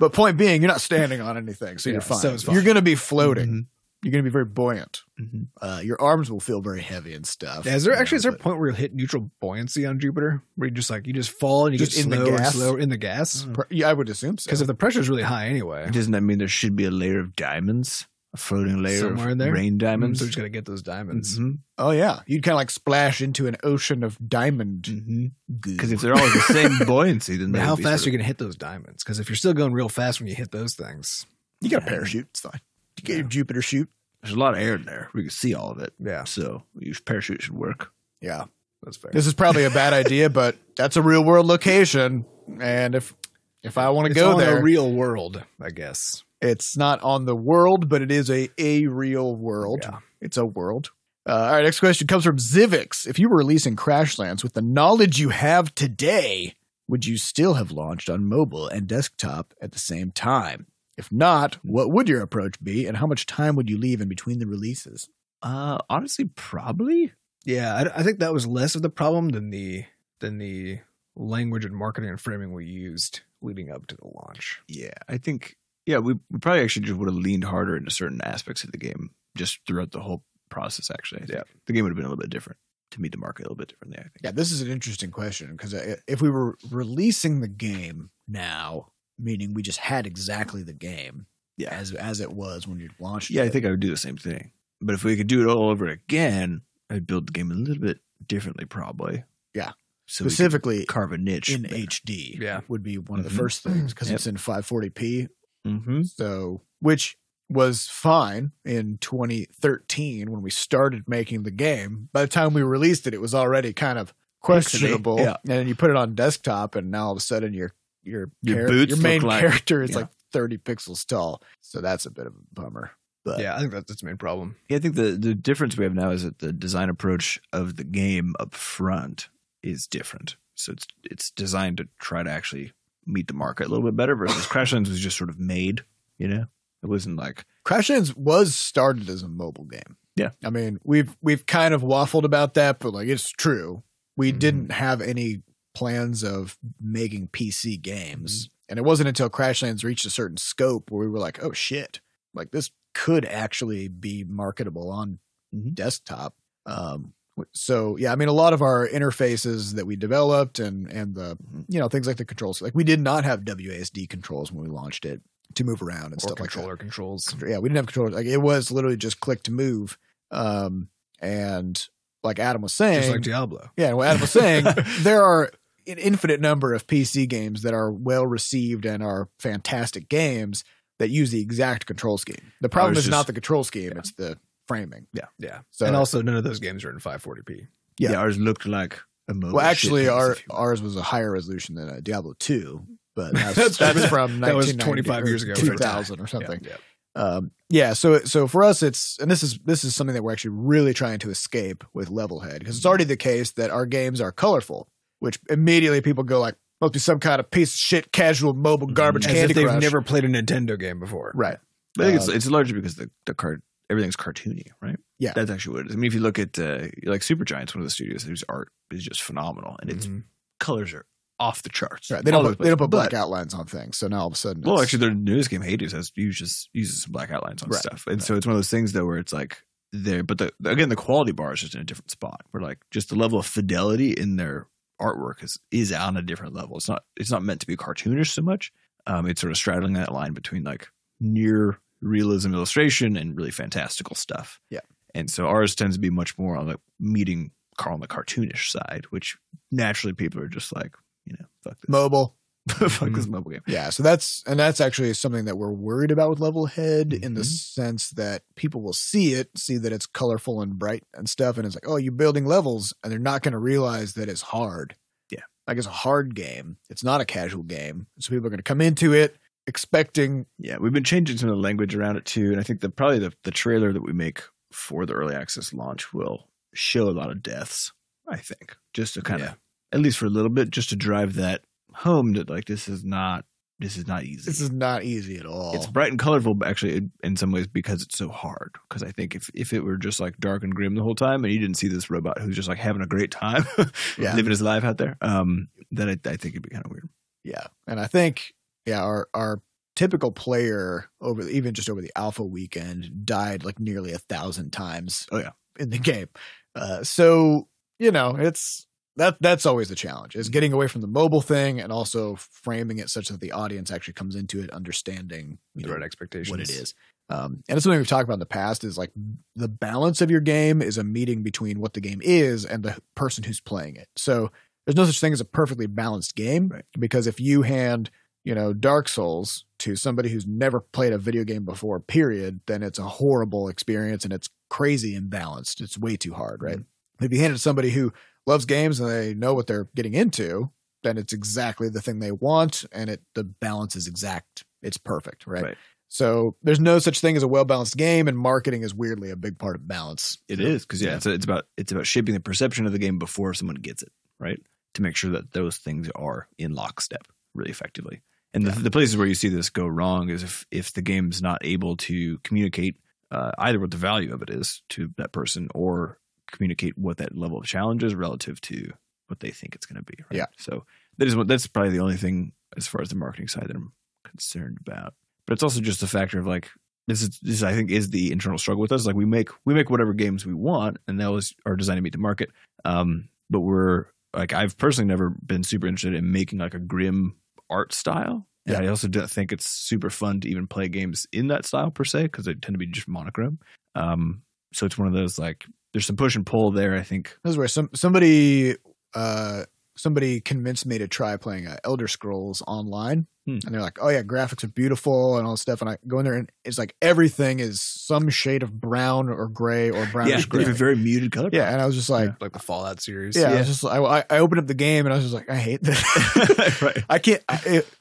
[SPEAKER 1] but point being, you're not standing on anything, so
[SPEAKER 3] Yeah,
[SPEAKER 1] you're fine.
[SPEAKER 3] so it's fine. Mm-hmm.
[SPEAKER 1] You're going to be floating.
[SPEAKER 2] Mhm.
[SPEAKER 1] You're going to be very buoyant.
[SPEAKER 2] Mhm.
[SPEAKER 1] Uh, your arms will feel very heavy and stuff.
[SPEAKER 3] Yeah, is there
[SPEAKER 1] you know,
[SPEAKER 3] actually is there a
[SPEAKER 1] but-
[SPEAKER 3] point where you hit neutral buoyancy on Jupiter, where you just like you just fall and you
[SPEAKER 1] Just
[SPEAKER 3] get
[SPEAKER 1] in the
[SPEAKER 3] slower
[SPEAKER 1] gas?
[SPEAKER 3] and slower in the gas?
[SPEAKER 1] Pr- yeah, I would assume so.
[SPEAKER 3] Because if the pressure's really high anyway,
[SPEAKER 2] Doesn't that mean there should be a layer of diamonds, a floating layer
[SPEAKER 3] Somewhere
[SPEAKER 2] of
[SPEAKER 3] in there?
[SPEAKER 2] rain diamonds? Mm-hmm.
[SPEAKER 3] they're just gonna get those diamonds.
[SPEAKER 1] oh yeah, you'd kind of like splash into an ocean of diamond.
[SPEAKER 3] Mm,
[SPEAKER 2] Because if they're all the same buoyancy, then
[SPEAKER 3] Mm-hmm. But
[SPEAKER 2] they
[SPEAKER 3] how
[SPEAKER 2] would be
[SPEAKER 3] fast are
[SPEAKER 2] sort
[SPEAKER 3] you gonna hit those diamonds? Because if you're still going real fast when you hit those things,
[SPEAKER 1] You got a parachute. It's fine. You get your Jupiter chute.
[SPEAKER 2] of- There's a lot of air in there. We can see all of it.
[SPEAKER 3] yeah,
[SPEAKER 2] So your parachute should work.
[SPEAKER 1] Yeah,
[SPEAKER 3] that's fair.
[SPEAKER 1] this is probably a bad idea, but that's a real world location, and if if I want to
[SPEAKER 3] It's
[SPEAKER 1] go
[SPEAKER 3] on
[SPEAKER 1] there,
[SPEAKER 3] the real world, I guess.
[SPEAKER 1] it's not on the world, but it is a a real world.
[SPEAKER 3] Yeah.
[SPEAKER 1] It's a world. Uh, all right, next question comes from Zivix. If you were releasing Crashlands with the knowledge you have today, would you still have launched on mobile and desktop at the same time? If not, what would your approach be, and how much time would you leave in between the releases?
[SPEAKER 2] Uh, honestly, probably.
[SPEAKER 3] Yeah, I, I think that was less of the problem than the than the language and marketing and framing we used leading up to the launch.
[SPEAKER 2] Yeah, I think. Yeah, we, we probably actually just would have leaned harder into certain aspects of the game just throughout the whole process. Actually, I think.
[SPEAKER 3] Yeah.
[SPEAKER 2] the game would have been a little bit different to meet the market a little bit differently. I think.
[SPEAKER 1] Yeah, this is an interesting question because if we were releasing the game now, meaning we just had exactly the game
[SPEAKER 2] Yeah.
[SPEAKER 1] as as it was when you launched
[SPEAKER 2] Yeah,
[SPEAKER 1] it.
[SPEAKER 2] I think I would do the same thing. But if we could do it all over again, I'd build the game a little bit differently, probably.
[SPEAKER 1] Yeah.
[SPEAKER 2] So we could
[SPEAKER 1] specifically
[SPEAKER 2] carve a niche
[SPEAKER 1] in
[SPEAKER 2] there.
[SPEAKER 1] HD
[SPEAKER 3] Yeah.
[SPEAKER 1] would be one of the
[SPEAKER 2] Mhm.
[SPEAKER 1] first things because
[SPEAKER 2] Yep.
[SPEAKER 1] it's in 540p.
[SPEAKER 2] Mhm.
[SPEAKER 1] So, which was fine in 2013 when we started making the game. By the time we released it, it was already kind of questionable.
[SPEAKER 2] Yeah.
[SPEAKER 1] And you put it on desktop, and now all of a sudden your your
[SPEAKER 2] Your boots
[SPEAKER 1] your main
[SPEAKER 2] look like-
[SPEAKER 1] character is
[SPEAKER 2] yeah.
[SPEAKER 1] like 30 pixels tall. So that's a bit of a bummer.
[SPEAKER 2] But
[SPEAKER 3] yeah, I think that's, that's the main problem.
[SPEAKER 2] Yeah, I think the, the difference we have now is that the design approach of the game up front is different. So it's it's designed to try to actually meet the market a little bit better versus Crashlands was just sort of made, you know? It wasn't like
[SPEAKER 1] Crashlands was started as a mobile game.
[SPEAKER 2] Yeah.
[SPEAKER 1] I mean, we've we've kind of waffled about that, but like it's true. We
[SPEAKER 2] Mhm.
[SPEAKER 1] didn't have any plans of making PC games. And it wasn't until Crashlands reached a certain scope where we were like, "Oh shit. Like this could actually be marketable on
[SPEAKER 2] Mhm.
[SPEAKER 1] desktop." Um w- so yeah, I mean a lot of our interfaces that we developed and and the you know things like the controls like we did not have WASD controls when we launched it to move around and
[SPEAKER 3] or
[SPEAKER 1] stuff like that
[SPEAKER 3] controller controls.
[SPEAKER 1] yeah, we didn't have controllers. Like it was literally just click to move. Um, and like Adam was saying,
[SPEAKER 3] Just like Diablo.
[SPEAKER 1] yeah, what Adam was saying, there are an infinite number of PC games that are well received and are fantastic games that use the exact control scheme. The problem is
[SPEAKER 2] just-
[SPEAKER 1] not the control scheme; it's the framing.
[SPEAKER 3] Yeah.
[SPEAKER 1] So
[SPEAKER 3] and also, none of those games are in 540p.
[SPEAKER 1] Yeah.
[SPEAKER 2] yeah. ours looked like a mobile.
[SPEAKER 1] well, actually,
[SPEAKER 2] shit house,
[SPEAKER 1] our
[SPEAKER 2] if you will.
[SPEAKER 1] ours was a higher resolution than uh, Diablo two, but that's,
[SPEAKER 3] That's-
[SPEAKER 1] that's from
[SPEAKER 3] that was
[SPEAKER 1] 1990
[SPEAKER 3] 25
[SPEAKER 1] or
[SPEAKER 3] years ago.
[SPEAKER 1] 2000 or something.
[SPEAKER 3] Yeah.
[SPEAKER 1] um, yeah so so for us it's and this is this is something that we're actually really trying to escape with levelhead because it's already the case that our games are colorful which immediately people go like must be some kind of piece of shit casual mobile garbage
[SPEAKER 2] Mm-hmm. As
[SPEAKER 3] As
[SPEAKER 1] candy
[SPEAKER 3] if they've
[SPEAKER 1] crush
[SPEAKER 3] never played a Nintendo game before.
[SPEAKER 1] right
[SPEAKER 2] But I think it's it's largely because the the card everything's cartoony, right?
[SPEAKER 1] Um, Yeah.
[SPEAKER 2] that's actually what it is. I mean, if you look at uh, like Supergiant's one of the studios whose art is just phenomenal, and its
[SPEAKER 3] Mhm.
[SPEAKER 2] colors are off the charts.
[SPEAKER 1] Mm-hmm. right they
[SPEAKER 2] All
[SPEAKER 1] don't
[SPEAKER 2] over
[SPEAKER 1] put,
[SPEAKER 2] the
[SPEAKER 1] they don't
[SPEAKER 2] place.
[SPEAKER 1] put
[SPEAKER 2] But-
[SPEAKER 1] black outlines on things so now all of a sudden
[SPEAKER 2] Well,
[SPEAKER 1] it's-
[SPEAKER 2] actually, their newest game Hades has uses uses some black outlines on
[SPEAKER 1] Right,
[SPEAKER 2] stuff, and so it's one of those things though where it's like there, but the again the quality bar is just in a different spot. Where like just the level of fidelity in their artwork is is on a different level. It's not it's not meant to be cartoonish so much. Um, it's sort of straddling that line between like near realism illustration and really fantastical stuff.
[SPEAKER 1] Yeah.
[SPEAKER 2] and so ours tends to be much more on the meeting Carl on the cartoonish side, which naturally people are just like you know fuck this
[SPEAKER 1] mobile
[SPEAKER 2] fuck
[SPEAKER 1] Mm-hmm.
[SPEAKER 2] this mobile game.
[SPEAKER 1] yeah so that's and that's actually something that we're worried about with levelhead in the
[SPEAKER 2] Mhm.
[SPEAKER 1] sense that people will see it see that it's colorful and bright and stuff and it's like oh you're building levels and they're not going to realize that it's hard
[SPEAKER 2] Yeah.
[SPEAKER 1] like it's a hard game it's not a casual game so people are going to come into it expecting
[SPEAKER 2] Yeah, we've been changing some of the language around it too, and I think the probably the, the trailer that we make for the early access launch will show a lot of deaths. I think just to kind of
[SPEAKER 3] Yeah.
[SPEAKER 2] at least for a little bit, just to drive that home that like this is not this is not easy.
[SPEAKER 1] this is not easy at all
[SPEAKER 2] it's bright and colorful, but actually in some ways because it's so hard. Because I think if if it were just like dark and grim the whole time, and you didn't see this robot who's just like having a great time,
[SPEAKER 1] Yeah.
[SPEAKER 2] living his life out there, um, then I, I think it'd be kind of weird.
[SPEAKER 1] Yeah, and I think yeah, our our typical player over even just over the alpha weekend died like nearly a thousand times.
[SPEAKER 2] Oh, yeah.
[SPEAKER 1] in the game. Uh, so you know it's that that's always the challenge is getting away from the mobile thing and also framing it such that the audience actually comes into it understanding you
[SPEAKER 3] The
[SPEAKER 1] know,
[SPEAKER 3] right expectations.
[SPEAKER 1] what it is. Um, and it's something we've talked about in the past is like the balance of your game is a meeting between what the game is and the person who's playing it. So there's no such thing as a perfectly balanced game
[SPEAKER 2] Right.
[SPEAKER 1] because if you hand, you know, Dark Souls to somebody who's never played a video game before, period, then it's a horrible experience and it's crazy imbalanced. It's way too hard, right? If you hand it to somebody who loves games and they know what they're getting into, then it's exactly the thing they want and it the balance is exact. It's perfect, right?
[SPEAKER 2] Right.
[SPEAKER 1] So there's no such thing as a well balanced game, and marketing is weirdly a big part of balance.
[SPEAKER 2] It is because yeah, It's, it's about it's about shaping the perception of the game before someone gets it right to make sure that those things are in lockstep really effectively. And the, the places where you see this go wrong is if if the game's not able to communicate uh, either what the value of it is to that person or communicate what that level of challenge is relative to what they think it's going to be. Right?
[SPEAKER 1] Yeah.
[SPEAKER 2] So that is what that's probably the only thing as far as the marketing side that I'm concerned about. But it's also just a factor of like this is this I think is the internal struggle with us. Like we make we make whatever games we want, and those are designed to meet the market. Um, but we're like I've personally never been super interested in making like a grim art style. And I also don't think it's super fun to even play games in that style per se because they tend to be just monochrome. Um, so it's one of those like there's some push and pull there. I think
[SPEAKER 1] This is where some somebody uh, somebody convinced me to try playing uh, Elder Scrolls online,
[SPEAKER 2] Hmm.
[SPEAKER 1] and they're like, "Oh yeah, graphics are beautiful and all this stuff." And I go in there, and it's like everything is some shade of brown or gray or
[SPEAKER 2] yeah,
[SPEAKER 1] brownish
[SPEAKER 2] they have a
[SPEAKER 1] gray.
[SPEAKER 2] very muted color.
[SPEAKER 1] Yeah, and I was just like,
[SPEAKER 3] Like the Fallout series.
[SPEAKER 1] yeah, I
[SPEAKER 2] Yeah.
[SPEAKER 1] was just I, I- I opened up the game and I was just like, I hate this.
[SPEAKER 2] right.
[SPEAKER 1] I can't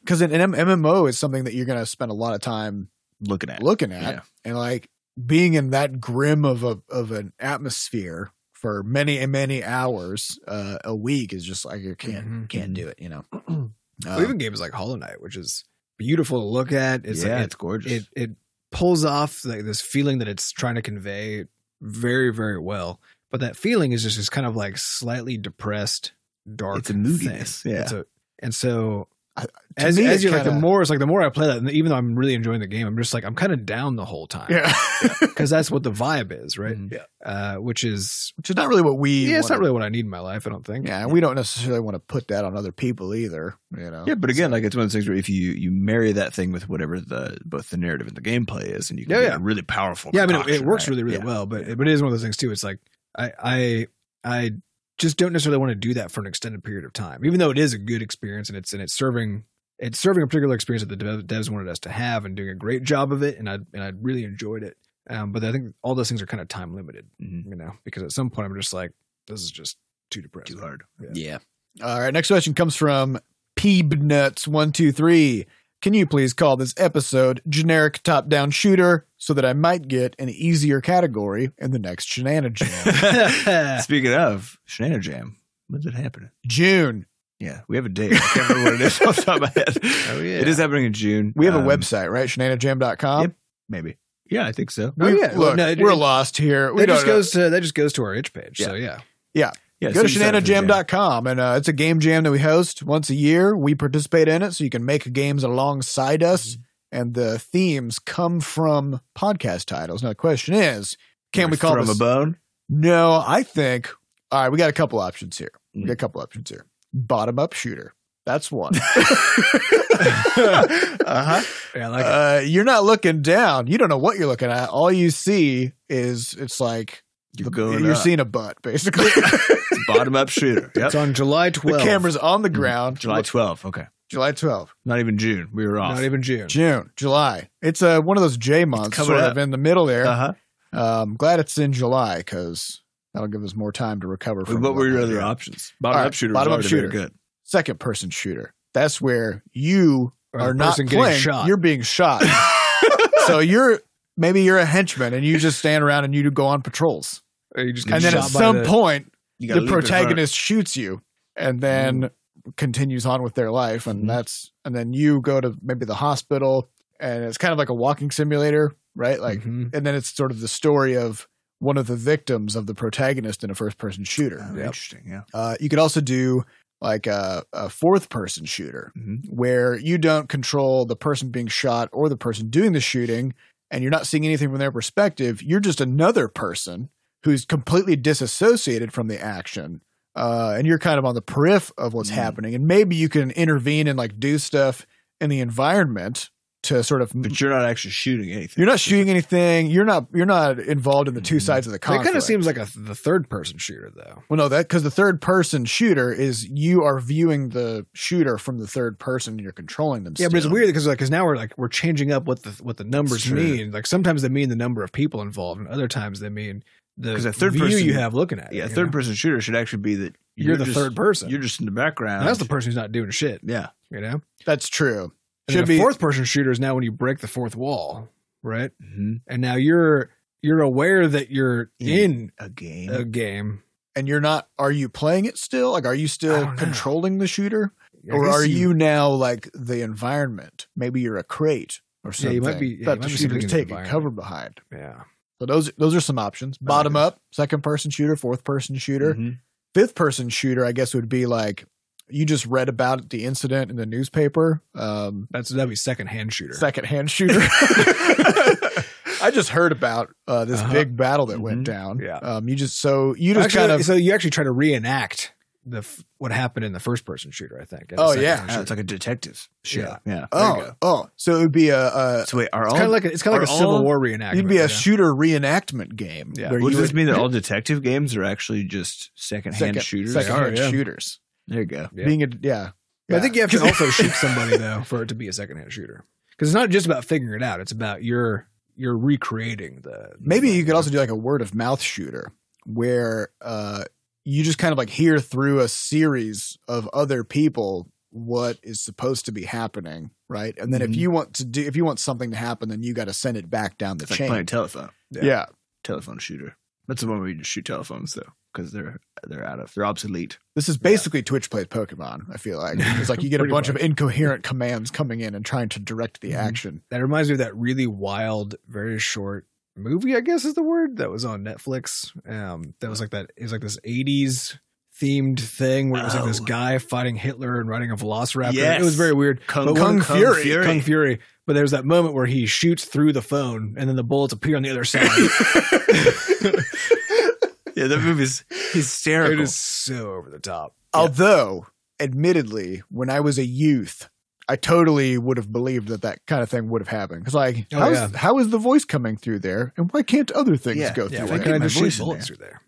[SPEAKER 1] because an M- MMO is something that you're gonna spend a lot of time
[SPEAKER 2] Looking at it.
[SPEAKER 1] looking at
[SPEAKER 2] Yeah.
[SPEAKER 1] and like being in that grim of a of an atmosphere for many and many hours uh, a week is just like you can't
[SPEAKER 3] Mhm.
[SPEAKER 1] can't do it. You know.
[SPEAKER 3] Well,
[SPEAKER 1] Um,
[SPEAKER 3] even games like Hollow Knight, which is beautiful to look at. It's
[SPEAKER 2] yeah,
[SPEAKER 3] like,
[SPEAKER 2] it's gorgeous.
[SPEAKER 3] it it pulls off like this feeling that it's trying to convey very very well but that feeling is just this kind of like slightly depressed dark
[SPEAKER 2] It's a moodiness,
[SPEAKER 3] thing.
[SPEAKER 2] yeah.
[SPEAKER 3] It's a- and so
[SPEAKER 1] I-
[SPEAKER 3] as,
[SPEAKER 1] me,
[SPEAKER 3] as
[SPEAKER 1] it
[SPEAKER 3] you're like the
[SPEAKER 1] kinda-
[SPEAKER 3] more it's like the more i play that and even though i'm really enjoying the game i'm just like i'm kind of down the whole time
[SPEAKER 1] yeah,
[SPEAKER 3] because that's what the vibe is right
[SPEAKER 2] Mhm. Yeah.
[SPEAKER 3] uh which is
[SPEAKER 1] which is not really what we.
[SPEAKER 3] yeah it's not
[SPEAKER 1] wanna-
[SPEAKER 3] really what i need in my life i don't think
[SPEAKER 1] Yeah, and we don't necessarily want to put that on other people either. You know.
[SPEAKER 2] yeah, but again, like it's one of those things where if you you marry that thing with whatever the both the narrative and the gameplay is, and you can
[SPEAKER 3] Yeah,
[SPEAKER 2] get
[SPEAKER 3] yeah.
[SPEAKER 2] a really powerful.
[SPEAKER 3] yeah, I mean, it, it
[SPEAKER 2] concoction,
[SPEAKER 3] works
[SPEAKER 2] Oh right?
[SPEAKER 3] really, really
[SPEAKER 2] Yeah.
[SPEAKER 3] well, but but it is one of those things too. It's like I I I just don't necessarily want to do that for an extended period of time, even though it is a good experience and it's and it's serving it's serving a particular experience that the dev, devs wanted us to have and doing a great job of it, and I and I really enjoyed it. Um, but I think all those things are kind of time limited,
[SPEAKER 2] Mhm.
[SPEAKER 3] you know, because at some point I'm just like, this is just too depressing.
[SPEAKER 2] Too hard.
[SPEAKER 1] Yeah. All right. Next question comes from Peebnuts123. Can you please call this episode generic top down shooter so that I might get an easier category in the next shenanigan?
[SPEAKER 2] Speaking of Shenanigans Jam, when's it happening?
[SPEAKER 1] June.
[SPEAKER 2] Yeah, we have a date. I can't remember what it is off the top of my head. Oh
[SPEAKER 3] yeah.
[SPEAKER 2] it is happening in June.
[SPEAKER 1] We have a
[SPEAKER 2] Um,
[SPEAKER 1] website, right? Shenanigans.com.
[SPEAKER 2] Yep. Maybe. Yeah, I think so.
[SPEAKER 3] Oh,
[SPEAKER 1] We-
[SPEAKER 3] yeah.
[SPEAKER 1] Look,
[SPEAKER 3] No, it-
[SPEAKER 1] we're
[SPEAKER 3] it-
[SPEAKER 1] lost here. We
[SPEAKER 3] that just
[SPEAKER 1] don't know.
[SPEAKER 3] goes to that just goes to our itch page. So yeah,
[SPEAKER 2] Yeah,
[SPEAKER 1] Go to
[SPEAKER 2] so you sign up for the jam.
[SPEAKER 1] shenanigans.com and uh, it's a game jam that we host once a year. We participate in it so you can make games alongside us,
[SPEAKER 3] Mm-hmm.
[SPEAKER 1] and the themes come from podcast titles. Now, the question is can we call
[SPEAKER 2] from
[SPEAKER 1] this
[SPEAKER 2] a bone?
[SPEAKER 1] No, I think all right. We got a couple options here. We got
[SPEAKER 2] Mm.
[SPEAKER 1] a couple options here. Bottom up shooter. That's one.
[SPEAKER 3] Uh-huh.
[SPEAKER 2] uh huh.
[SPEAKER 3] yeah, I like it.
[SPEAKER 1] uh, you're not looking down. You don't know what you're looking at. All you see is it's like
[SPEAKER 2] You're
[SPEAKER 1] the-
[SPEAKER 2] going
[SPEAKER 1] you're
[SPEAKER 2] up.
[SPEAKER 1] seeing a butt basically.
[SPEAKER 2] bottom up shooter. Yep.
[SPEAKER 3] it's on July 12th.
[SPEAKER 1] the camera's on the ground.
[SPEAKER 2] Mm-hmm. July 12th. Okay.
[SPEAKER 1] July 12th,
[SPEAKER 2] Not even June. We were off.
[SPEAKER 3] not even June.
[SPEAKER 1] June, July. It's uh, one of those J months,
[SPEAKER 2] coming
[SPEAKER 1] sort
[SPEAKER 2] up.
[SPEAKER 1] of in the middle there.
[SPEAKER 2] Uh huh.
[SPEAKER 1] Um, glad it's in July because that'll give us more time to recover from.
[SPEAKER 2] What were your
[SPEAKER 1] happened.
[SPEAKER 2] other options? Bottom
[SPEAKER 1] All right,
[SPEAKER 2] up shooter.
[SPEAKER 1] bottom up
[SPEAKER 2] was already
[SPEAKER 1] shooter.
[SPEAKER 2] very good.
[SPEAKER 1] Second person shooter. That's where you
[SPEAKER 3] Or the
[SPEAKER 1] are not
[SPEAKER 3] person getting
[SPEAKER 1] playing,
[SPEAKER 3] shot.
[SPEAKER 1] you're being shot. so you're maybe you're a henchman and you just stand around and you go on patrols.
[SPEAKER 3] Or you just
[SPEAKER 1] and
[SPEAKER 3] get
[SPEAKER 1] then at
[SPEAKER 3] shot by
[SPEAKER 1] some
[SPEAKER 3] the-
[SPEAKER 1] point,
[SPEAKER 2] You
[SPEAKER 1] the
[SPEAKER 2] gotta leap in front.
[SPEAKER 1] protagonist shoots you and then
[SPEAKER 3] Mm.
[SPEAKER 1] continues on with their life. And
[SPEAKER 3] Mm-hmm.
[SPEAKER 2] Mhm.
[SPEAKER 1] that's and then you go to maybe the hospital and it's kind of like a walking simulator, right? Like
[SPEAKER 3] Mhm.
[SPEAKER 1] and then it's sort of the story of one of the victims of the protagonist in a first person shooter.
[SPEAKER 2] Oh, Interesting. Yeah.
[SPEAKER 1] Uh, you could also do like a, a fourth person shooter
[SPEAKER 2] Mhm.
[SPEAKER 1] where you don't control the person being shot or the person doing the shooting, and you're not seeing anything from their perspective. You're just another person who's completely disassociated from the action, uh, and you're kind of on the periph of what's
[SPEAKER 2] Mm.
[SPEAKER 1] happening. And maybe you can intervene and like do stuff in the environment to sort of.
[SPEAKER 2] But you're not actually shooting anything.
[SPEAKER 1] You're not shooting anything. You're not. You're not involved in the two
[SPEAKER 2] Mhm.
[SPEAKER 1] sides of the
[SPEAKER 3] That
[SPEAKER 1] conflict.
[SPEAKER 3] kind of seems like a the third person shooter though.
[SPEAKER 1] Well, no, that because the third person shooter is you are viewing the shooter from the third person. and You're controlling them.
[SPEAKER 3] Yeah, but it's
[SPEAKER 1] still.
[SPEAKER 3] weird because like because now we're like we're changing up what the what the numbers
[SPEAKER 2] true.
[SPEAKER 3] mean. Like sometimes they mean the number of people involved, and other times they mean the
[SPEAKER 2] 'Cause a third
[SPEAKER 3] view
[SPEAKER 2] person-
[SPEAKER 3] you have looking at. it,
[SPEAKER 2] Yeah.
[SPEAKER 3] you
[SPEAKER 2] Third
[SPEAKER 3] know?
[SPEAKER 2] person shooter should actually be that
[SPEAKER 3] You're, the
[SPEAKER 2] just-
[SPEAKER 3] third person.
[SPEAKER 2] You're just in the background.
[SPEAKER 3] And that's the person who's not doing shit.
[SPEAKER 2] yeah.
[SPEAKER 3] You know. And
[SPEAKER 1] That's true.
[SPEAKER 3] then
[SPEAKER 1] Should
[SPEAKER 3] a
[SPEAKER 1] be
[SPEAKER 3] fourth person shooter is now when you break the fourth wall, right?
[SPEAKER 2] hmm
[SPEAKER 3] And now you're you're aware that you're in
[SPEAKER 2] In a game.
[SPEAKER 3] a game,
[SPEAKER 1] and you're not are you playing it still like are you
[SPEAKER 3] I
[SPEAKER 1] still
[SPEAKER 3] don't know.
[SPEAKER 1] controlling the shooter
[SPEAKER 3] I
[SPEAKER 1] or
[SPEAKER 3] guess
[SPEAKER 1] are you, now like the environment maybe you're a crate or
[SPEAKER 3] Yeah,
[SPEAKER 1] something
[SPEAKER 3] you might be- yeah, you
[SPEAKER 1] that
[SPEAKER 3] might
[SPEAKER 1] the
[SPEAKER 3] be
[SPEAKER 1] shooter's
[SPEAKER 3] something in the
[SPEAKER 1] taking
[SPEAKER 3] environment.
[SPEAKER 1] cover behind
[SPEAKER 3] Yeah.
[SPEAKER 1] so those those are some options
[SPEAKER 3] like
[SPEAKER 1] bottom
[SPEAKER 3] it.
[SPEAKER 1] up second person shooter fourth person
[SPEAKER 3] Mm-hmm.
[SPEAKER 1] shooter
[SPEAKER 2] Mhm.
[SPEAKER 1] fifth person shooter i guess would be like you just read about the incident in the newspaper um
[SPEAKER 3] That's that'd be second hand shooter.
[SPEAKER 1] second hand shooter i just heard about uh this
[SPEAKER 3] Uh-huh.
[SPEAKER 1] big battle that went
[SPEAKER 2] Mhm.
[SPEAKER 1] down
[SPEAKER 3] Yeah.
[SPEAKER 1] um you just so you just
[SPEAKER 3] Actually,
[SPEAKER 1] kind of
[SPEAKER 3] so you actually try to reenact the f- what happened in the first person shooter. I think. in the
[SPEAKER 1] Oh,
[SPEAKER 3] second
[SPEAKER 1] yeah.
[SPEAKER 3] person
[SPEAKER 2] Yeah,
[SPEAKER 3] shooter.
[SPEAKER 2] it's like a detective.
[SPEAKER 3] Yeah.
[SPEAKER 2] Yeah.
[SPEAKER 3] There you
[SPEAKER 1] oh oh so it would be a, a
[SPEAKER 2] So wait, are
[SPEAKER 3] It's
[SPEAKER 2] all
[SPEAKER 3] kind of like a, it's kind of like a
[SPEAKER 2] are
[SPEAKER 3] Civil
[SPEAKER 2] all-
[SPEAKER 3] War reenactment.
[SPEAKER 1] You'd be a
[SPEAKER 3] yeah.
[SPEAKER 1] shooter reenactment game.
[SPEAKER 3] Yeah.
[SPEAKER 1] where
[SPEAKER 2] Well,
[SPEAKER 1] you
[SPEAKER 2] does this
[SPEAKER 1] would-
[SPEAKER 2] mean that all detective games are actually just secondhand
[SPEAKER 1] second,
[SPEAKER 2] shooters?
[SPEAKER 1] secondhand
[SPEAKER 3] Are, yeah.
[SPEAKER 1] shooters?
[SPEAKER 2] There you go.
[SPEAKER 3] Yeah.
[SPEAKER 1] Being a yeah.
[SPEAKER 3] But I think you have to
[SPEAKER 1] Yeah.
[SPEAKER 3] also shoot somebody though for it to be a secondhand shooter because it's not just about figuring it out. It's about your you're recreating the. the
[SPEAKER 1] Maybe
[SPEAKER 3] thing,
[SPEAKER 1] you could
[SPEAKER 3] know?
[SPEAKER 1] also do like a word of mouth shooter where uh you just kind of like hear through a series of other people what is supposed to be happening, right? And then
[SPEAKER 2] Mhm.
[SPEAKER 1] if you want to do, if you want something to happen, then you got to send it back down the
[SPEAKER 2] It's like
[SPEAKER 1] chain.
[SPEAKER 2] playing telephone.
[SPEAKER 1] yeah.
[SPEAKER 2] Telephone shooter. That's the one where you just shoot telephones though, because they're they're out of they're obsolete.
[SPEAKER 1] this is basically Twitch plays Pokemon. I feel like it's like you get a
[SPEAKER 3] Pretty
[SPEAKER 1] bunch
[SPEAKER 3] much.
[SPEAKER 1] of incoherent commands coming in and trying to direct the
[SPEAKER 3] Mhm.
[SPEAKER 1] action.
[SPEAKER 3] That reminds me of that really wild, very short movie, I guess is the word that was on Netflix. Um, that was like that. It was like this '80s themed thing where it was like this
[SPEAKER 2] Oh.
[SPEAKER 3] guy fighting Hitler and riding a velociraptor.
[SPEAKER 2] Yes.
[SPEAKER 3] It was very weird.
[SPEAKER 2] Kung,
[SPEAKER 3] But
[SPEAKER 1] Kung
[SPEAKER 3] when-
[SPEAKER 1] Fury.
[SPEAKER 3] Kung Fury. But there's that moment where he shoots through the phone and then the bullets appear on the other side.
[SPEAKER 2] yeah, that movie's hysterical.
[SPEAKER 3] it is so over the top.
[SPEAKER 1] Although, admittedly, when I was a youth, I totally would have believed that that kind of thing would have happened. Because like,
[SPEAKER 3] Oh,
[SPEAKER 1] how's,
[SPEAKER 3] yeah.
[SPEAKER 1] how is the voice coming through there, and why can't other things
[SPEAKER 2] Yeah,
[SPEAKER 1] go
[SPEAKER 3] Yeah,
[SPEAKER 1] through?
[SPEAKER 3] why
[SPEAKER 1] there?
[SPEAKER 2] get
[SPEAKER 3] can't I
[SPEAKER 2] my
[SPEAKER 3] just
[SPEAKER 2] voice
[SPEAKER 3] shoot
[SPEAKER 2] in
[SPEAKER 3] bullets through there?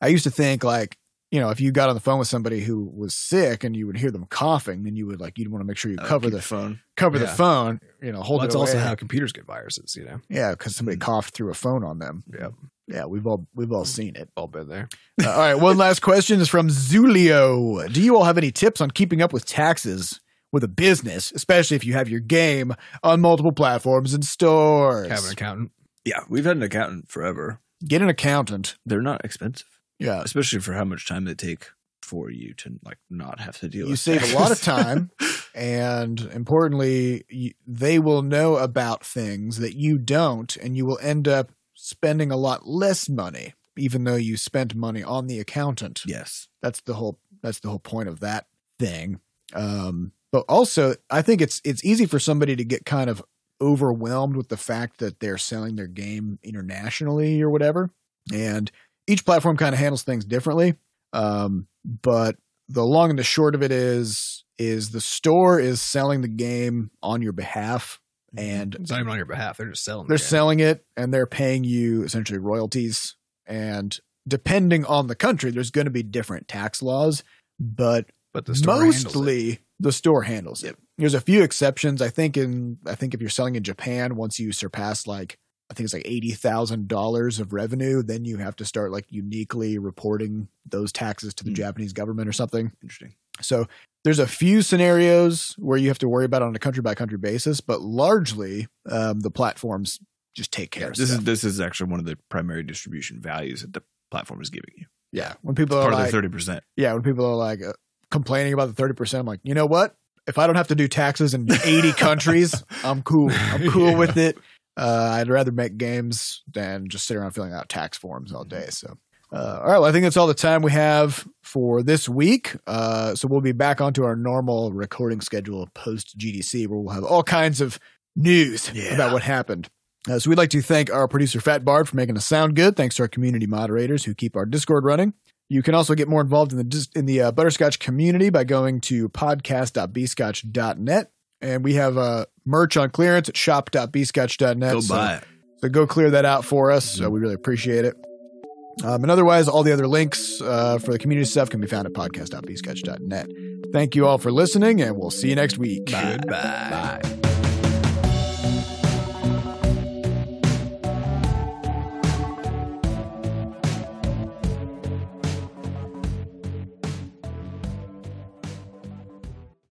[SPEAKER 1] I used to think like, you know, if you got on the phone with somebody who was sick and you would hear them coughing, then you would like you'd want to make sure you
[SPEAKER 2] Uh,
[SPEAKER 1] cover
[SPEAKER 2] keep
[SPEAKER 1] the
[SPEAKER 2] phone.
[SPEAKER 1] cover the
[SPEAKER 3] yeah.
[SPEAKER 1] phone, you know, hold
[SPEAKER 3] Well, that's
[SPEAKER 1] it away.
[SPEAKER 3] also how computers get viruses. You know,
[SPEAKER 1] yeah, because somebody coughed through a phone on them.
[SPEAKER 3] Yep.
[SPEAKER 1] yeah, we've all we've all seen it.
[SPEAKER 3] all been there.
[SPEAKER 1] Uh, all right, one last question is from Zulio. Do you all have any tips on keeping up with taxes with a business, especially if you have your game on multiple platforms and stores?
[SPEAKER 3] Have an accountant.
[SPEAKER 2] Yeah, we've had an accountant forever.
[SPEAKER 1] Get an accountant.
[SPEAKER 2] They're not expensive,
[SPEAKER 1] Yeah,
[SPEAKER 2] especially for how much time they take for you to like not have to deal.
[SPEAKER 1] You
[SPEAKER 2] with
[SPEAKER 1] save a lot of
[SPEAKER 2] taxes.
[SPEAKER 1] time. and importantly, you, they will know about things that you don't, and you will end up spending a lot less money, even though you spent money on the accountant.
[SPEAKER 2] yes,
[SPEAKER 1] That's the whole. That's the whole point of that thing. Um, but also, I think it's it's easy for somebody to get kind of overwhelmed with the fact that they're selling their game internationally or whatever. And each platform kind of handles things differently. Um, but the long and the short of it is is the store is selling the game on your behalf and
[SPEAKER 3] It's not even on your behalf. They're just selling. the
[SPEAKER 1] they're
[SPEAKER 3] game.
[SPEAKER 1] selling it and they're paying you essentially royalties. And depending on the country, there's going to be different tax laws, but
[SPEAKER 3] but the store handles it.
[SPEAKER 1] mostly the store handles it. There's a few exceptions. I think in I think if you're selling in Japan, once you surpass like I think it's like eighty thousand dollars of revenue, then you have to start like uniquely reporting those taxes to the
[SPEAKER 2] Hmm.
[SPEAKER 1] Japanese government or something.
[SPEAKER 2] interesting.
[SPEAKER 1] So there's a few scenarios where you have to worry about it on a country by country basis, but largely um, the platforms just take care
[SPEAKER 2] Yeah,
[SPEAKER 1] of
[SPEAKER 2] this
[SPEAKER 1] stuff.
[SPEAKER 2] is this is actually one of the primary distribution values that the platform is giving you.
[SPEAKER 1] yeah, when people are
[SPEAKER 2] Part
[SPEAKER 1] like,
[SPEAKER 2] of the thirty percent.
[SPEAKER 1] yeah, when people are like uh, complaining about the thirty percent, I'm like, you know what? If I don't have to do taxes in eighty countries, I'm cool. I'm cool
[SPEAKER 2] Yeah.
[SPEAKER 1] with it. Uh, I'd rather make games than just sit around filling out tax forms all day. So, uh, all right. Well, I think that's all the time we have for this week. Uh, so we'll be back onto our normal recording schedule post GDC, where we'll have all kinds of news
[SPEAKER 2] Yeah.
[SPEAKER 1] about what happened. Uh, so we'd like to thank our producer Fat Bard for making us sound good. Thanks to our community moderators who keep our Discord running. You can also get more involved in the dis- in the uh, Butterscotch community by going to podcast.bscotch.net, and we have uh, merch on clearance at shop.bscotch.net.
[SPEAKER 2] Go
[SPEAKER 1] so,
[SPEAKER 2] buy it. Mm-hmm.
[SPEAKER 1] so go clear that out for us. So we really appreciate it. Um, and otherwise, all the other links uh, for the community stuff can be found at podcast.bscotch.net. Thank you all for listening, and we'll see you next week.
[SPEAKER 3] Goodbye.
[SPEAKER 1] Bye.